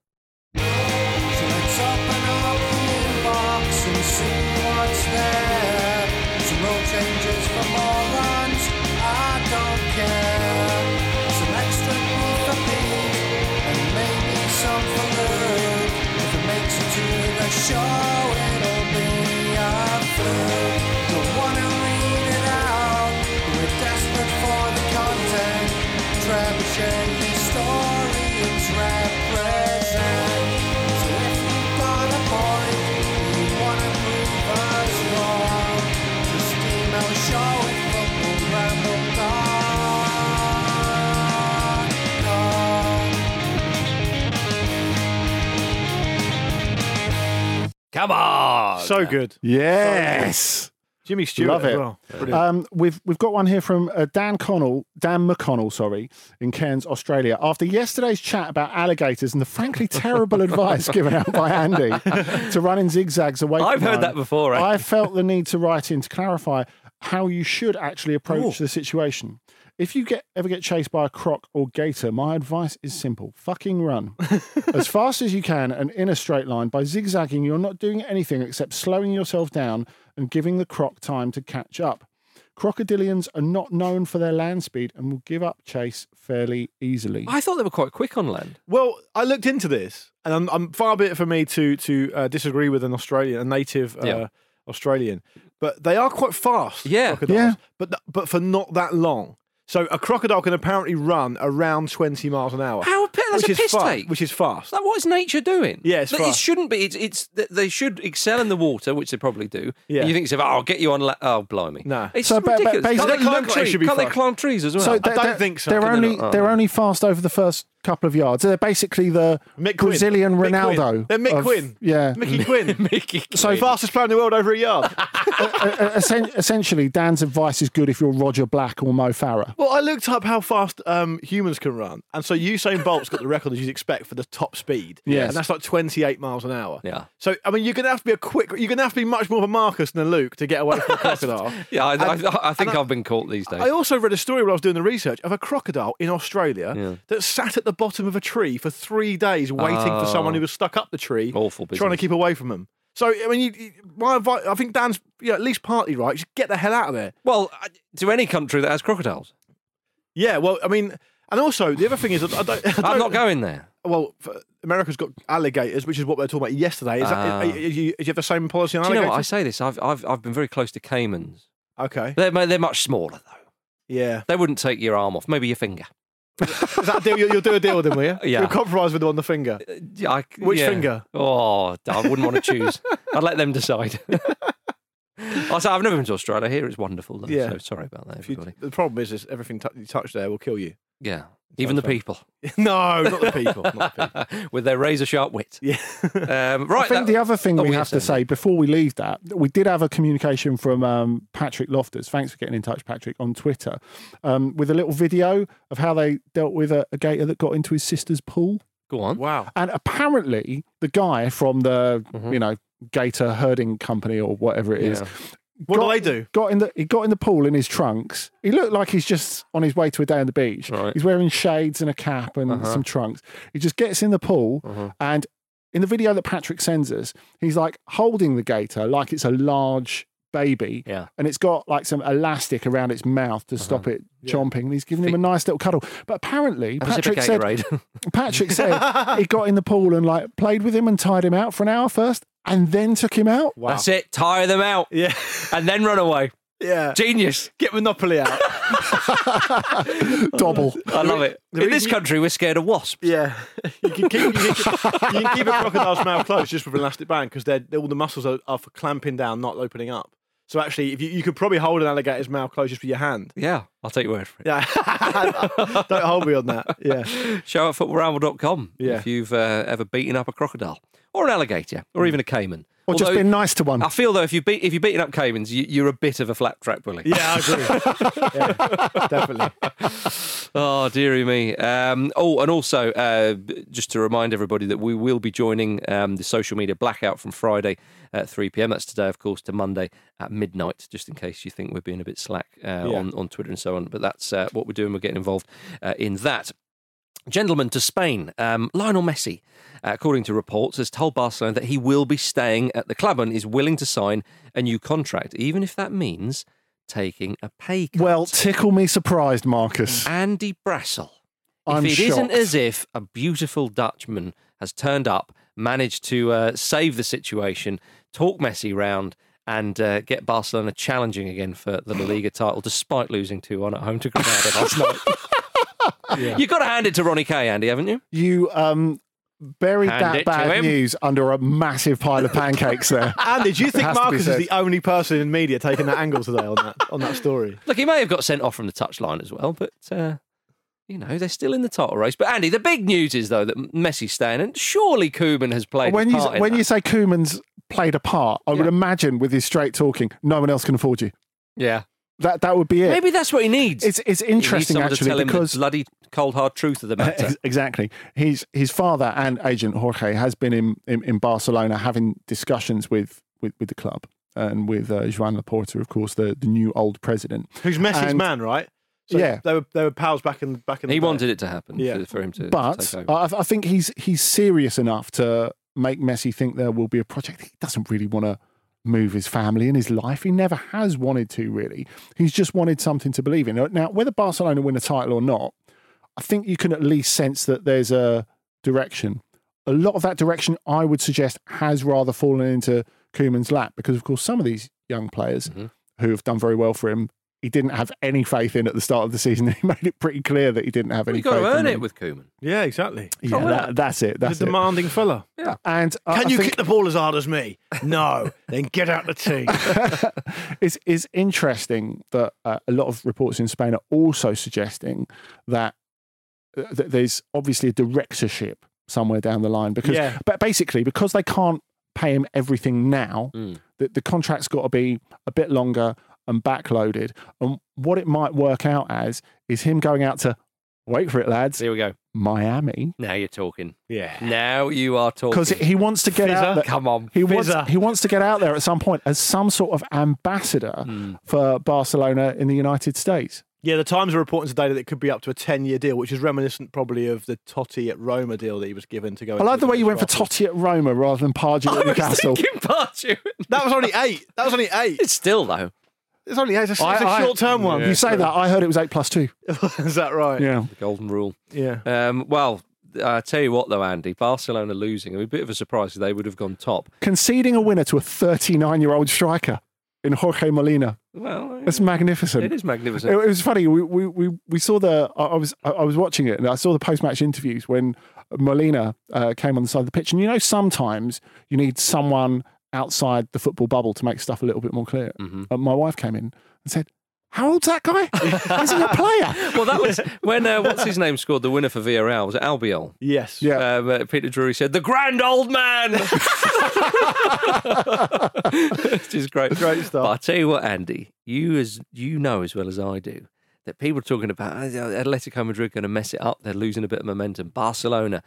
Speaker 5: Let's open up the inbox and see what's there. Some rule changes for morons, I don't care. Some extra glue for Pete, and maybe some for Luke. If it makes it to the show, it'll be a fluke. Don't wanna read it out, we're desperate for the content. Trebuchet, historians represent. So if you've got a point, you wanna prove us wrong, just email show at footballramble.com.
Speaker 1: Come on!
Speaker 3: So good.
Speaker 2: Yes.
Speaker 3: Jimmy Stewart
Speaker 2: Love
Speaker 3: as
Speaker 2: it.
Speaker 3: well. Brilliant.
Speaker 2: Um, we've we've got one here from uh, Dan Connell, Dan McConnell, sorry, in Cairns, Australia. After yesterday's chat about alligators and the frankly terrible advice given out by Andy to run in zigzags away.
Speaker 1: I've
Speaker 2: from
Speaker 1: heard
Speaker 2: home,
Speaker 1: that before, eh?
Speaker 2: I felt the need to write in to clarify how you should actually approach the situation. If you get ever get chased by a croc or gator, my advice is simple: fucking run as fast as you can and in a straight line. By zigzagging, you're not doing anything except slowing yourself down and giving the croc time to catch up. Crocodilians are not known for their land speed and will give up chase fairly easily.
Speaker 1: I thought they were quite quick on land.
Speaker 3: Well, I looked into this, and I'm, I'm far be it for me to to uh, disagree with an Australian, a native uh,
Speaker 1: Yeah.
Speaker 3: Australian, but they are quite fast.
Speaker 1: Yeah.
Speaker 3: crocodiles,
Speaker 2: Yeah.
Speaker 3: But th- but for not that long. So a crocodile can apparently run around 20 miles an hour.
Speaker 1: How a pi- that's
Speaker 3: which
Speaker 1: a
Speaker 3: is
Speaker 1: piss
Speaker 3: fast,
Speaker 1: take.
Speaker 3: Which is fast.
Speaker 1: Like, what is nature doing?
Speaker 3: Yeah, it's
Speaker 1: Like, it
Speaker 3: fast.
Speaker 1: shouldn't be. It's, it's th- they should excel in the water, which they probably do.
Speaker 3: Yeah.
Speaker 1: And you think, it's, oh, I'll get you on. La- oh, blimey.
Speaker 3: No.
Speaker 1: it's
Speaker 2: So, but- but
Speaker 1: ridiculous.
Speaker 2: basically-
Speaker 1: Can't, they
Speaker 3: They
Speaker 1: climb,
Speaker 3: look like it
Speaker 1: trees?
Speaker 3: should be
Speaker 1: Can't they
Speaker 3: fast.
Speaker 1: climb trees as well?
Speaker 2: So
Speaker 3: don't
Speaker 2: they're-
Speaker 3: think so.
Speaker 2: They're
Speaker 3: They're
Speaker 2: only
Speaker 1: not-
Speaker 2: they're only fast over the first couple of yards. So they're basically the
Speaker 3: Mick Quinn.
Speaker 2: Brazilian
Speaker 3: Mick Quinn.
Speaker 2: Ronaldo.
Speaker 3: They're Mick
Speaker 2: of-
Speaker 3: Quinn.
Speaker 2: Yeah.
Speaker 3: Mickey Quinn.
Speaker 1: Mickey
Speaker 3: So fastest player in the world over a yard.
Speaker 2: Uh, essen- essentially, Dan's advice is good if you're Roger Black or Mo Farah.
Speaker 3: well, I looked up how fast um, humans can run, and so Usain Bolt's got the record as you'd expect for the top speed.
Speaker 2: Yes.
Speaker 3: and that's like 28 miles an hour.
Speaker 1: Yeah.
Speaker 3: So I mean, you're gonna have to be a quick. You're gonna have to be much more of a Marcus than a Luke to get away from a crocodile.
Speaker 1: Yeah, I,
Speaker 3: And-
Speaker 1: I, I think
Speaker 3: and I-
Speaker 1: I've been caught these days.
Speaker 3: I also read a story while I was doing the research of a crocodile in Australia that sat at the bottom of a tree for three days waiting for someone who was stuck up the tree,
Speaker 1: Oh. Awful
Speaker 3: trying to
Speaker 1: business.
Speaker 3: keep away from them. So I mean, you, you, my advice, I think Dan's you know, at least partly right. Just get the hell out of there.
Speaker 1: well, I- to any country that has crocodiles,
Speaker 3: Yeah. Well, I mean, and also the other thing is, I don't. I don't
Speaker 1: I'm not going there.
Speaker 3: Well, f- America's got alligators, which is what we were talking about yesterday. Is that,
Speaker 1: Ah.
Speaker 3: are you, do you have the same policy on
Speaker 1: Do you know what? I
Speaker 3: alligators?
Speaker 1: say this. I've I've I've been very close to caimans.
Speaker 3: okay.
Speaker 1: They're mu- they're much smaller though.
Speaker 3: Yeah.
Speaker 1: They wouldn't take your arm off. Maybe your finger.
Speaker 3: Is that a deal? You'll, you'll do a deal with them, will you?
Speaker 1: Yeah. Uh,
Speaker 3: You'll compromise with them on the finger.
Speaker 1: Yeah, I,
Speaker 3: Which
Speaker 1: yeah.
Speaker 3: finger?
Speaker 1: Oh, I wouldn't want to choose. I'd let them decide. I say, I've never been to Australia. Here it's wonderful. Though,
Speaker 3: Yeah.
Speaker 1: So sorry about that,
Speaker 3: If you,
Speaker 1: everybody.
Speaker 3: the problem is, is everything t- you touch there will kill you.
Speaker 1: Yeah. Even the
Speaker 3: fair.
Speaker 1: people
Speaker 3: no, not the people. Not the people.
Speaker 1: with their razor sharp wit.
Speaker 3: Yeah.
Speaker 1: Um, right.
Speaker 2: I think
Speaker 1: that-
Speaker 2: the other thing
Speaker 1: Oh,
Speaker 2: we
Speaker 1: yes,
Speaker 2: have to
Speaker 1: Andy.
Speaker 2: say before we leave that, that we did have a communication from um, Patrick Loftus. Thanks for getting in touch, Patrick, on Twitter, um, with a little video of how they dealt with a, a gator that got into his sister's pool.
Speaker 1: Go on.
Speaker 3: Wow.
Speaker 2: And apparently, the guy from the you know gator herding company or whatever it is
Speaker 1: Mm-hmm. Yeah.
Speaker 3: What
Speaker 2: Got-
Speaker 3: do they do?
Speaker 2: got in the he got in the pool in his trunks. He looked like he's just on his way to a day on the beach.
Speaker 1: Right. Uh-huh.
Speaker 2: He's wearing shades and a cap and some trunks. He just gets in the pool and in the video that Patrick sends us, he's like holding the gator like it's a large baby.
Speaker 1: Yeah. Uh-huh.
Speaker 2: And it's got like some elastic around its mouth to stop it chomping. And he's giving him a nice little cuddle. But apparently
Speaker 1: Have a sip
Speaker 2: Patrick
Speaker 1: of
Speaker 2: said
Speaker 1: Gatorade.
Speaker 2: Patrick said he got in the pool and like played with him and tied him out for an hour first and then took him out.
Speaker 3: Wow.
Speaker 1: That's it. Tire them out
Speaker 3: Yeah.
Speaker 1: and then run away.
Speaker 3: Yeah.
Speaker 1: Genius.
Speaker 3: Get Monopoly out.
Speaker 2: Dobble.
Speaker 1: I love it.
Speaker 3: the
Speaker 1: In this
Speaker 3: reason-
Speaker 1: country, we're scared of wasps.
Speaker 3: yeah. You can keep, you can keep, you can keep a crocodile's mouth closed just with an elastic band because all the muscles are, are for clamping down, not opening up. So actually, if you, you could probably hold an alligator's mouth closed just with your hand.
Speaker 1: Yeah, I'll take your word for it.
Speaker 3: Yeah. Don't hold me on that. Yeah.
Speaker 1: Show at footballramble.com
Speaker 3: Yeah.
Speaker 1: if you've uh, ever beaten up a crocodile or an alligator or even a caiman
Speaker 2: or just
Speaker 1: Although-
Speaker 2: being nice to one.
Speaker 1: I feel though if you beat if you're beating up Caymans, you, you're a bit of a flat track bully.
Speaker 3: Yeah, I agree. yeah, definitely.
Speaker 1: Oh, dearie me. Um, oh, and also, uh, b- just to remind everybody that we will be joining um, the social media blackout from Friday at 3 p.m. That's today, of course, to Monday at midnight, just in case you think we're being a bit slack uh, on, on Twitter and so on. But that's uh, what we're doing. We're getting involved uh, in that. Gentlemen to Spain. Um, Lionel Messi, uh, according to reports, has told Barcelona that he will be staying at the club and is willing to sign a new contract, even if that means taking a pay cut.
Speaker 2: well, tickle me surprised, Marcus.
Speaker 1: Andy Brassel.
Speaker 2: I'm
Speaker 1: if it not
Speaker 2: shocked.
Speaker 1: as if a beautiful Dutchman has turned up, managed to uh, save the situation, talk Messi round, and uh, get Barcelona challenging again for the La Liga title, despite losing 2 1 at home to Granada last night. You've got to hand it to Ronnie Kay, Andy, haven't you?
Speaker 2: You um, buried
Speaker 1: Hand it
Speaker 2: that
Speaker 1: to
Speaker 2: bad
Speaker 1: him.
Speaker 2: news under a massive pile of pancakes there.
Speaker 3: Andy, do you think
Speaker 2: has to be
Speaker 3: Marcus is
Speaker 2: said.
Speaker 3: the only person in media taking that angle today on that on that story?
Speaker 1: Look, he may have got sent off from the touchline as well, but. Uh, you know, they're still in the title race. But Andy, the big news is, though, that Messi's staying, and surely Koeman has played
Speaker 2: when
Speaker 1: his
Speaker 2: you
Speaker 1: part in
Speaker 2: when
Speaker 1: that.
Speaker 2: you say Koeman's played a part, I would
Speaker 1: Yeah.
Speaker 2: imagine with his straight talking, no one else can afford you.
Speaker 1: Yeah.
Speaker 2: That that would be it.
Speaker 1: Maybe that's what he needs.
Speaker 2: it's it's
Speaker 1: He needs
Speaker 2: interesting
Speaker 1: someone to
Speaker 2: actually
Speaker 1: tell him
Speaker 2: because
Speaker 1: the bloody cold hard truth of the matter.
Speaker 2: Ex- Exactly. His his father and agent Jorge has been in, in, in Barcelona having discussions with, with, with the club and with uh, Joan Laporta, of course, the, the new old president.
Speaker 3: Who's Messi's
Speaker 2: And-
Speaker 3: man, right?
Speaker 2: Yeah.
Speaker 3: they were they were pals back in back in. The
Speaker 1: he
Speaker 3: day.
Speaker 1: wanted it to happen
Speaker 3: Yeah.
Speaker 1: for, for him to. to
Speaker 2: But
Speaker 1: take over.
Speaker 2: I, I think he's he's serious enough to make Messi think there will be a project. He doesn't really want to move his family and his life. He never has wanted to really. He's just wanted something to believe in. Now, whether Barcelona win a title or not, I think you can at least sense that there's a direction. A lot of that direction, I would suggest, has rather fallen into Koeman's lap because, of course, some of these young players
Speaker 1: Mm-hmm.
Speaker 2: who have done very well for him, he didn't have any faith in at the start of the season. He made it pretty clear that he didn't have
Speaker 1: Well,
Speaker 2: any
Speaker 1: you've got to
Speaker 2: faith in
Speaker 1: earn
Speaker 2: them.
Speaker 1: it with Koeman.
Speaker 3: Yeah, exactly.
Speaker 2: Yeah,
Speaker 1: Oh,
Speaker 2: that, that's it. That's
Speaker 3: He's a
Speaker 2: it.
Speaker 3: demanding fella.
Speaker 2: And uh,
Speaker 3: Can
Speaker 2: I
Speaker 3: you
Speaker 2: think
Speaker 3: kick the ball as hard as me? No. then get out the team.
Speaker 2: it's, it's interesting that uh, a lot of reports in Spain are also suggesting that, uh, that there's obviously a directorship somewhere down the line because,
Speaker 3: Yeah.
Speaker 2: but basically because they can't pay him everything now,
Speaker 1: Mm.
Speaker 2: the, the contract's got to be a bit longer and backloaded. And what it might work out as is him going out to wait for it, lads,
Speaker 1: Here we go.
Speaker 2: Miami
Speaker 1: Now you're talking.
Speaker 3: Yeah.
Speaker 1: Now you are talking.
Speaker 2: because he wants to get out.
Speaker 3: Fizzer.
Speaker 2: There.
Speaker 1: Come on.
Speaker 2: He wants,
Speaker 3: Fizzer.
Speaker 2: he wants to get out there at some point as some sort of ambassador
Speaker 3: Hmm.
Speaker 2: for Barcelona in the United States.
Speaker 3: Yeah, the Times are reporting today that it could be up to a 10 year deal, which is reminiscent probably of the Totti at Roma deal that he was given to go.
Speaker 2: I like the way you went for Totti at Roma rather than Pardew at Newcastle.
Speaker 1: Thinking Pardew.
Speaker 3: That was only eight. That was only eight.
Speaker 1: It's still though.
Speaker 3: It's only eight. It's a,
Speaker 2: I- I-
Speaker 3: short term one.
Speaker 2: You say that, I heard it was 8 plus 2.
Speaker 3: Is that right?
Speaker 2: Yeah.
Speaker 1: The golden rule.
Speaker 3: Yeah.
Speaker 1: Um, well, I tell you what though, Andy. Barcelona losing. A bit of a surprise. 'cause They would have gone top.
Speaker 2: Conceding a winner to a 39 year old striker in Jorge Molina.
Speaker 1: Well,
Speaker 2: That's magnificent.
Speaker 1: it is
Speaker 2: It,
Speaker 1: magnificent.
Speaker 2: it was funny. We, we, we, we saw the. I I was I I was watching it, and I saw the post match interviews when Molina uh, came on the side of the pitch. And you know, sometimes you need someone outside the football bubble to make stuff a little bit more clear.
Speaker 1: Mm-hmm.
Speaker 2: And my wife came in and said, "How old's that guy? Isn't a player?"
Speaker 1: well, that was when uh, what's his name scored the winner for Villarreal. Was it Albiol?
Speaker 3: Yes.
Speaker 2: Yeah.
Speaker 1: Um, uh, Peter Drury said, "The grand old man." Which is great,
Speaker 3: Great stuff.
Speaker 1: But I tell you what, Andy, you as you know as well as I do that people are talking about "Oh, Atletico Madrid going to mess it up. They're losing a bit of momentum. Barcelona,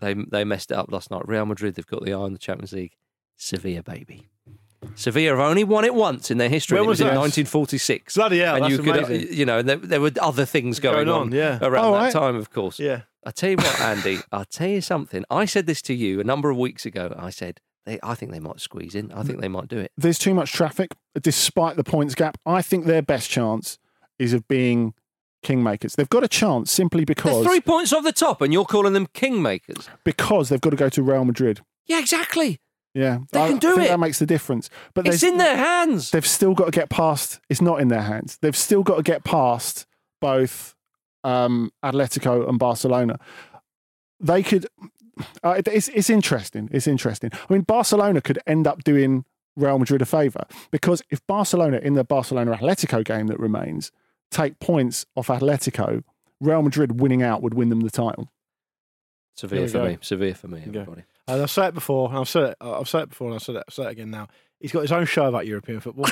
Speaker 1: they they messed it up last night. Real Madrid, they've got the eye on the Champions League. Sevilla, baby. Sevilla have only won it once in their history.
Speaker 3: When
Speaker 1: and
Speaker 3: was
Speaker 1: it
Speaker 3: that?
Speaker 1: in 1946.
Speaker 3: Bloody hell,
Speaker 1: And you
Speaker 3: that's
Speaker 1: could, uh,
Speaker 3: amazing.
Speaker 1: you know, there, there were other things going,
Speaker 3: Going on, yeah.
Speaker 1: around
Speaker 2: Oh,
Speaker 1: that
Speaker 2: right.
Speaker 1: time, of course.
Speaker 3: Yeah.
Speaker 1: I tell you what, Andy. I'll tell you something. I said this to you a number of weeks ago. I said, they, I think they might squeeze in. I think they might do it.
Speaker 2: There's too much traffic, despite the points gap. I think their best chance is of being kingmakers. They've got a chance simply
Speaker 1: They're
Speaker 2: because
Speaker 1: three points off the top, and you're calling them kingmakers.
Speaker 2: because they've got to go to Real Madrid.
Speaker 1: Yeah, exactly.
Speaker 2: Yeah,
Speaker 1: They
Speaker 2: I
Speaker 1: can do
Speaker 2: think
Speaker 1: it.
Speaker 2: That makes the difference. But
Speaker 1: It's
Speaker 2: there's-
Speaker 1: in their hands.
Speaker 2: they've still got to get past. It's not in their hands. They've still got to get past both um, Atletico and Barcelona. They could. Uh, it- it's, it's interesting. It's interesting. I mean, Barcelona could end up doing Real Madrid a favour because if Barcelona in the Barcelona Atletico game that remains take points off Atletico, Real Madrid winning out would win them the title.
Speaker 1: Severe
Speaker 3: There we
Speaker 1: for
Speaker 3: go.
Speaker 1: me. Severe for me,
Speaker 3: go.
Speaker 1: everybody.
Speaker 3: And I've said it before, and I've said it, I've said it before, and I've said it, I've said it again now. He's got his own show about European football.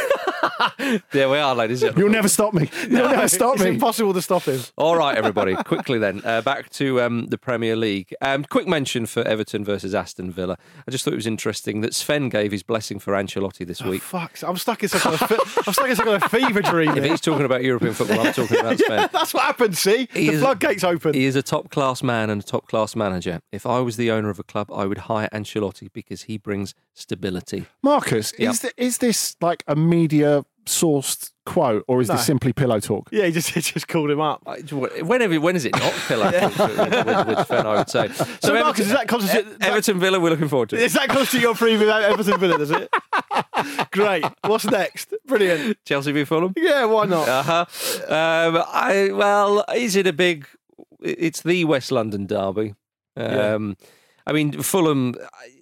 Speaker 1: There we are, ladies and
Speaker 2: You'll never stop me. You'll never stop
Speaker 3: it's
Speaker 2: me.
Speaker 3: impossible to stop him.
Speaker 1: All right, everybody, quickly then, uh, back to um, the Premier League. Um, quick mention for Everton versus Aston Villa. I just thought it was interesting that Sven gave his blessing for Ancelotti this week.
Speaker 3: Fuck, I'm stuck in some kind of, fe- I'm stuck in some kind of fever dream.
Speaker 1: If
Speaker 3: here.
Speaker 1: he's talking about European football, I'm talking about Sven.
Speaker 3: That's what happened, see?
Speaker 1: He
Speaker 3: the
Speaker 1: is-
Speaker 3: floodgates open.
Speaker 1: He is a top class man and a top class manager. If I was the owner of a club, I would hire Ancelotti because he brings stability.
Speaker 2: Marcus,
Speaker 1: Yep.
Speaker 2: is, th- is this like a media sourced quote or is
Speaker 3: No.
Speaker 2: this simply pillow talk?
Speaker 3: yeah, he just, he just called him up.
Speaker 1: I- Whenever, when is it not pillow talk with, with, with Sven? I would say. So, Everton,
Speaker 3: So,
Speaker 1: E,
Speaker 3: Marcus, does that constitute does that-
Speaker 1: Everton Villa, we're looking forward to it.
Speaker 3: Is that close to your preview about Everton Villa, does it? Great. What's next? Brilliant.
Speaker 1: Chelsea v Fulham.
Speaker 3: Yeah, why not?
Speaker 1: Uh huh. Um, I well, is it a big? It's the West London derby. Um, I mean, Fulham.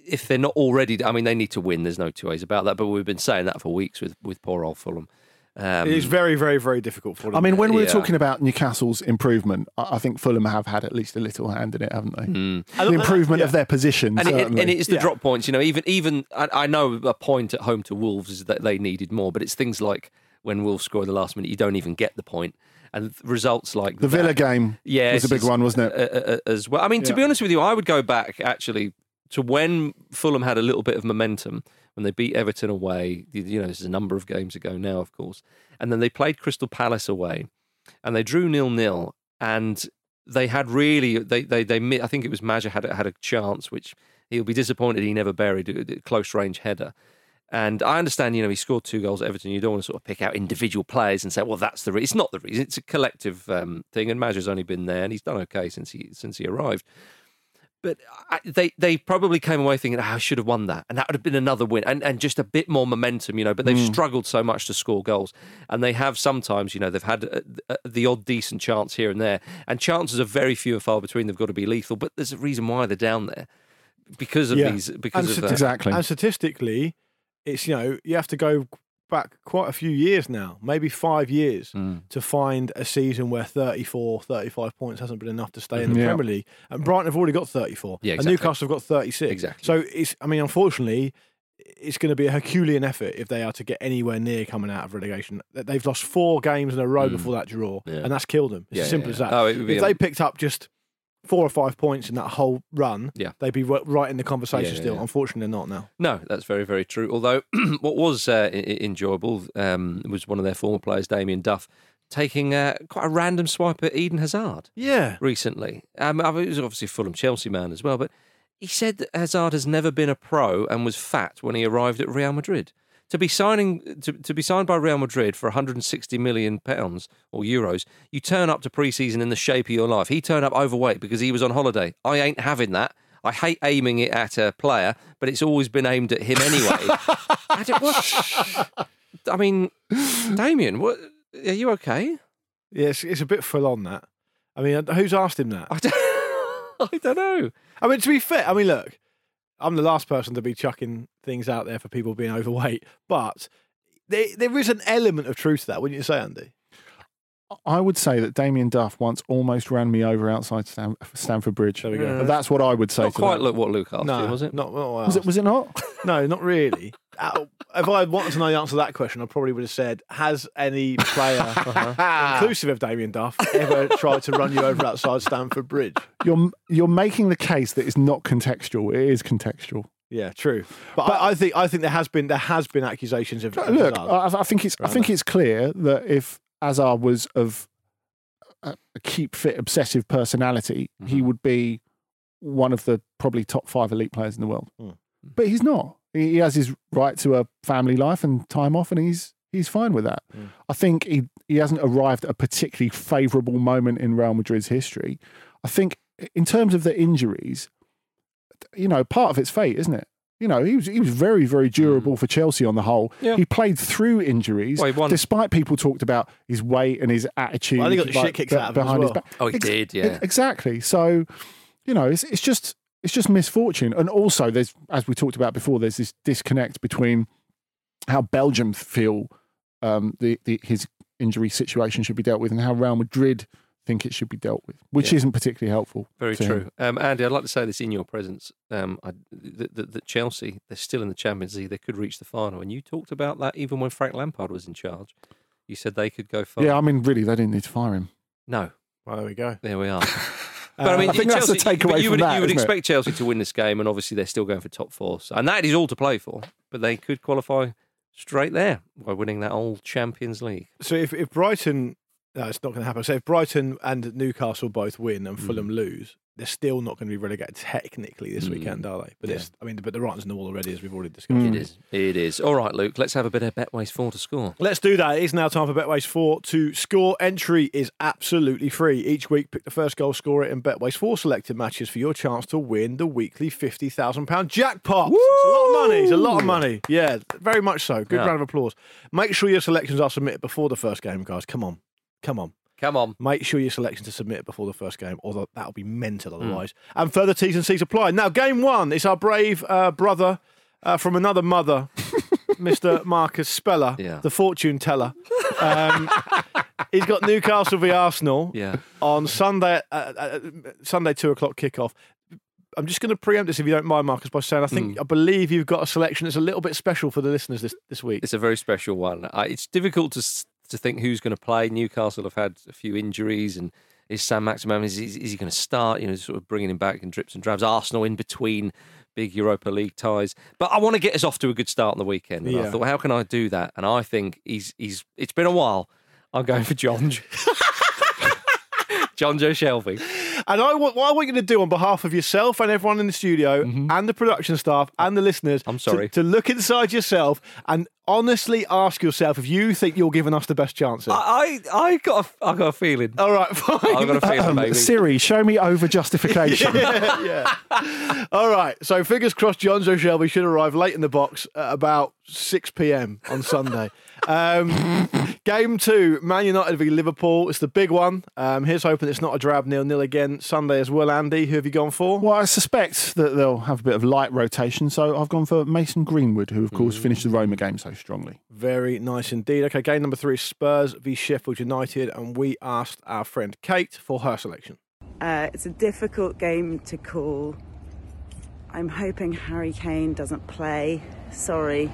Speaker 1: If they're not already, I mean, they need to win. There's no two ways about that. But we've been saying that for weeks with with poor old Fulham. Um,
Speaker 3: it is very, very, very difficult for them.
Speaker 2: I mean, when we were
Speaker 1: Yeah.
Speaker 2: talking about Newcastle's improvement, I I think Fulham have had at least a little hand in it, haven't they?
Speaker 3: I
Speaker 2: The
Speaker 3: don't-
Speaker 2: improvement of
Speaker 3: yeah.
Speaker 2: their position,
Speaker 1: Hmm. and, it,
Speaker 2: certainly.
Speaker 1: and it's the
Speaker 3: Yeah.
Speaker 1: drop points. You know, even even I, I know a point at home to Wolves is that they needed more, but it's things like when Wolves score the last minute, you don't even get the point, and results like
Speaker 2: the Villa game
Speaker 1: Yeah,
Speaker 2: was a
Speaker 1: it's-
Speaker 2: big
Speaker 1: it's-
Speaker 2: one, wasn't it?
Speaker 1: uh, uh, as well. I mean, to
Speaker 2: Yeah.
Speaker 1: be honest with you, I would go back actually to when Fulham had a little bit of momentum when they beat Everton away. You- You know, this is a number of games ago now, of course. And then they played Crystal Palace away, and they drew nil nil. And they had really they they they. mi- I think it was Maja had had a chance, which he'll be disappointed he never buried a a close range header. And I understand, you know, he scored two goals at Everton. You don't want to sort of pick out individual players and say, well, that's the reason. It's not the reason. It's a collective um, thing. And Majer's only been there, and he's done okay since he since he arrived. But I, they they probably came away thinking, oh, I should have won that, and that would have been another win, and and just a bit more momentum, you know. But they've struggled so much to score goals, and they have sometimes, you know, they've had uh, th- uh, the odd decent chance here and there, and chances are very few and far between. They've got to be lethal, but there's a reason why they're down there because of
Speaker 3: Yeah.
Speaker 1: these because
Speaker 3: And
Speaker 1: of uh, that.
Speaker 3: stati-
Speaker 2: Exactly.
Speaker 3: And statistically, it's, you know, you have to go back quite a few years now, maybe five years,
Speaker 1: Hmm.
Speaker 3: to find a season where 34, 35 points hasn't been enough to stay in the
Speaker 2: Yeah.
Speaker 3: Premier League. And Brighton have already got 34.
Speaker 1: Yeah,
Speaker 3: And
Speaker 1: exactly.
Speaker 3: Newcastle have got 36.
Speaker 1: Exactly.
Speaker 3: So it's, I mean, unfortunately, it's going to be a Herculean effort if they are to get anywhere near coming out of relegation. They- They've lost four games in a row before that draw,
Speaker 1: Hmm. Yeah.
Speaker 3: and that's killed them. It's
Speaker 1: Yeah,
Speaker 3: as simple
Speaker 1: yeah,
Speaker 3: as
Speaker 1: yeah.
Speaker 3: that.
Speaker 1: Oh, it would be
Speaker 3: if
Speaker 1: a-
Speaker 3: they picked up just four or five points in that whole run,
Speaker 1: Yeah.
Speaker 3: they'd be ri- right in the conversation
Speaker 1: Yeah, yeah,
Speaker 3: still.
Speaker 1: yeah.
Speaker 3: Unfortunately, they're not now.
Speaker 1: No, that's very, very true. Although, what was uh, I- I- enjoyable um, was one of their former players, Damien Duff, taking uh, quite a random swipe at Eden Hazard
Speaker 3: Yeah.
Speaker 1: recently. Um, I mean, he was obviously a Fulham Chelsea man as well, but he said that Hazard has never been a pro and was fat when he arrived at Real Madrid. To be signing to, to be signed by Real Madrid for 160 million pounds or euros, you turn up to pre-season in the shape of your life. He turned up overweight because he was on holiday. I ain't having that. I hate aiming it at a player, but it's always been aimed at him anyway. I, don't- what- I mean, Damien, what are you okay?
Speaker 3: Yeah, it's, it's a bit full on that. I mean, uh, who's asked him that?
Speaker 1: I don't, I don't know.
Speaker 3: I mean, to be fair, I mean, look, I'm the last person to be chucking things out there for people being overweight, but there, there is an element of truth to that, wouldn't you say, Andy?
Speaker 1: uh,
Speaker 2: I would say that Damien Duff once almost ran me over outside Stan- Stamford Bridge.
Speaker 3: There we go.
Speaker 1: Yeah.
Speaker 2: That's what I would say.
Speaker 1: Not
Speaker 2: to
Speaker 1: quite
Speaker 2: that.
Speaker 1: look what Luke asked you, was it?
Speaker 3: Not, not what I
Speaker 2: Was it?
Speaker 3: asked.
Speaker 2: Was it not?
Speaker 3: No, not really. Uh, if I wanted to know the answer to that question, I probably would have said, has any player, inclusive of Damien Duff, ever tried to run you over outside Stamford Bridge?
Speaker 2: You're you're making the case that it's not contextual. It is contextual.
Speaker 3: Yeah, true. But, I, I think I think there has been there has been accusations of, of
Speaker 2: Look,
Speaker 3: Hazard.
Speaker 2: I, I think it's I think it's clear that if Azar was of a, a keep fit, obsessive personality,
Speaker 3: Mm-hmm.
Speaker 2: he would be one of the probably top five elite players in the world.
Speaker 3: Mm.
Speaker 2: But he's not. He, he has his right to a family life and time off, and he's he's fine with that.
Speaker 3: Mm.
Speaker 2: I think he he hasn't arrived at a particularly favourable moment in Real Madrid's history. I think in terms of the injuries, you know, part of it's fate, isn't it? You know, he was he was very very
Speaker 3: Mm.
Speaker 2: durable for Chelsea on the whole.
Speaker 1: Yeah.
Speaker 2: He played through injuries,
Speaker 1: Well, he won.
Speaker 2: despite people talked about his weight and his attitude.
Speaker 3: Well, he got the
Speaker 2: like,
Speaker 3: shit kicked
Speaker 2: be-
Speaker 3: out of him as
Speaker 2: behind his
Speaker 3: well.
Speaker 2: back.
Speaker 1: Oh, he did, yeah.
Speaker 2: exactly. So, you know, it's it's just it's just misfortune, and also there's as we talked about before, there's this disconnect between how Belgium feel um, the, the his injury situation should be dealt with and how Real Madrid think it should be dealt with, which
Speaker 1: Yeah.
Speaker 2: isn't particularly helpful.
Speaker 1: Very
Speaker 2: to him.
Speaker 1: true. Um, Andy, I'd like to say this in your presence um, I, that, that, that Chelsea, they're still in the Champions League. They could reach the final. And you talked about that even when Frank Lampard was in charge. You said they could go far.
Speaker 2: Yeah, I mean, really, they didn't need to fire him.
Speaker 1: No,
Speaker 3: Well, there we go.
Speaker 1: there we are.
Speaker 3: Uh,
Speaker 1: But I mean,
Speaker 2: I think that's the
Speaker 1: Chelsea,
Speaker 2: takeaway
Speaker 1: but you
Speaker 2: from
Speaker 1: would,
Speaker 2: that,
Speaker 1: You would
Speaker 2: isn't it?
Speaker 1: expect Chelsea to win this game, and obviously they're still going for top four. So, and that is all to play for. But they could qualify straight there by winning that old Champions League.
Speaker 3: so if, if Brighton, no, it's not going to happen. So if Brighton and Newcastle both win
Speaker 1: Mm.
Speaker 3: and Fulham lose, they're still not going to be relegated technically this
Speaker 1: Mm.
Speaker 3: weekend, are they? But
Speaker 1: Yeah.
Speaker 3: it's, I mean, but the writing's on the wall already, as we've already discussed.
Speaker 1: It is. It is. All right, Luke, let's have a bit of Betway's four to score.
Speaker 3: Let's do that. It is now time for Betway's 4 to score. Entry is absolutely free. Each week, pick the first goal scorer in Betway's 4 selected matches for your chance to win the weekly £50,000 jackpot. It's a lot of money. It's a lot of money. Yeah, very much so. Good
Speaker 1: Yeah.
Speaker 3: round of applause. Make sure your selections are submitted before the first game, guys. Come on. Come on.
Speaker 1: Come on.
Speaker 3: Make sure your selections are submitted before the first game, or that'll be mental
Speaker 1: Hmm.
Speaker 3: otherwise. And further T's and C's apply. Now, game one is our brave uh, brother uh, from another mother, Mr. Marcus Speller,
Speaker 1: Yeah.
Speaker 3: the fortune teller. Um, he's got Newcastle v Arsenal
Speaker 1: Yeah.
Speaker 3: on Sunday, uh, uh, Sunday two o'clock kickoff. I'm just going to preempt this, if you don't mind, Marcus, by saying I think
Speaker 1: Hmm.
Speaker 3: I believe you've got a selection that's a little bit special for the listeners this, this week.
Speaker 1: It's a very special one. I, it's difficult to s- to think who's going to play. Newcastle have had a few injuries, and is Sam Maximum is, is, is he going to start? You know, sort of bringing him back in drips and drabs. Arsenal in between big Europa League ties, but I want to get us off to a good start on the weekend. And I
Speaker 3: Yeah.
Speaker 1: thought, how can I do that? And I think he's he's. It's been a while. I'm going for John. John Joe Shelby.
Speaker 3: And I want, what I want you to do on behalf of yourself and everyone in the studio and the production staff and the listeners,
Speaker 1: Mm-hmm. I'm sorry.
Speaker 3: to, to look inside yourself and honestly ask yourself if you think you're giving us the best chance. Here.
Speaker 1: I, I I got a, I got a feeling.
Speaker 3: All right, fine.
Speaker 1: I got a feeling,
Speaker 2: Um,
Speaker 1: baby.
Speaker 2: Siri, show me over justification.
Speaker 3: All right. So fingers crossed, John Joe Shelby should arrive late in the box at about 6 p.m. on Sunday. um, game two, Man United v Liverpool. It's the big one. Um, here's hoping it's not a drab nil nil again Sunday as well. Andy, who have you gone for?
Speaker 2: Well, I suspect that they'll have a bit of light rotation, so I've gone for Mason Greenwood, who of course
Speaker 1: Mm.
Speaker 2: finished the Roma game so strongly.
Speaker 3: Very nice indeed. Okay, game number three is Spurs v Sheffield United, and we asked our friend Kate for her selection.
Speaker 6: Uh, it's a difficult game to call. I'm hoping Harry Kane doesn't play. Sorry,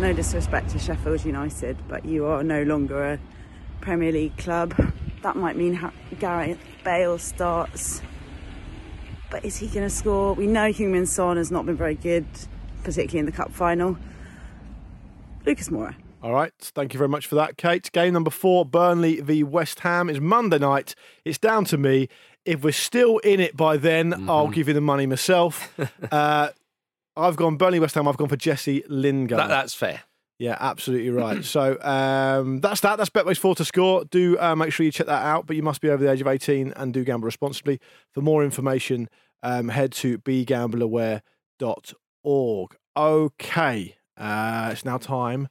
Speaker 6: no disrespect to Sheffield United, but you are no longer a Premier League club. That might mean ha- Gareth Bale starts. But is he going to score? We know Human Son has not been very good, particularly in the cup final. Lucas Moura.
Speaker 3: All right, thank you very much for that, Kate. Game number four, Burnley v West Ham, is Monday night. It's down to me. If we're still in it by then, I'll give you the money myself. uh, I've gone Burnley West Ham. I've gone for Jesse Lingard.
Speaker 1: That, that's fair.
Speaker 3: Yeah, absolutely right. so um, that's that. That's Betway's four to score. Do uh, make sure you check that out, but you must be over the age of 18 and do gamble responsibly. For more information, um, head to begambleaware.org. Okay, uh, it's now time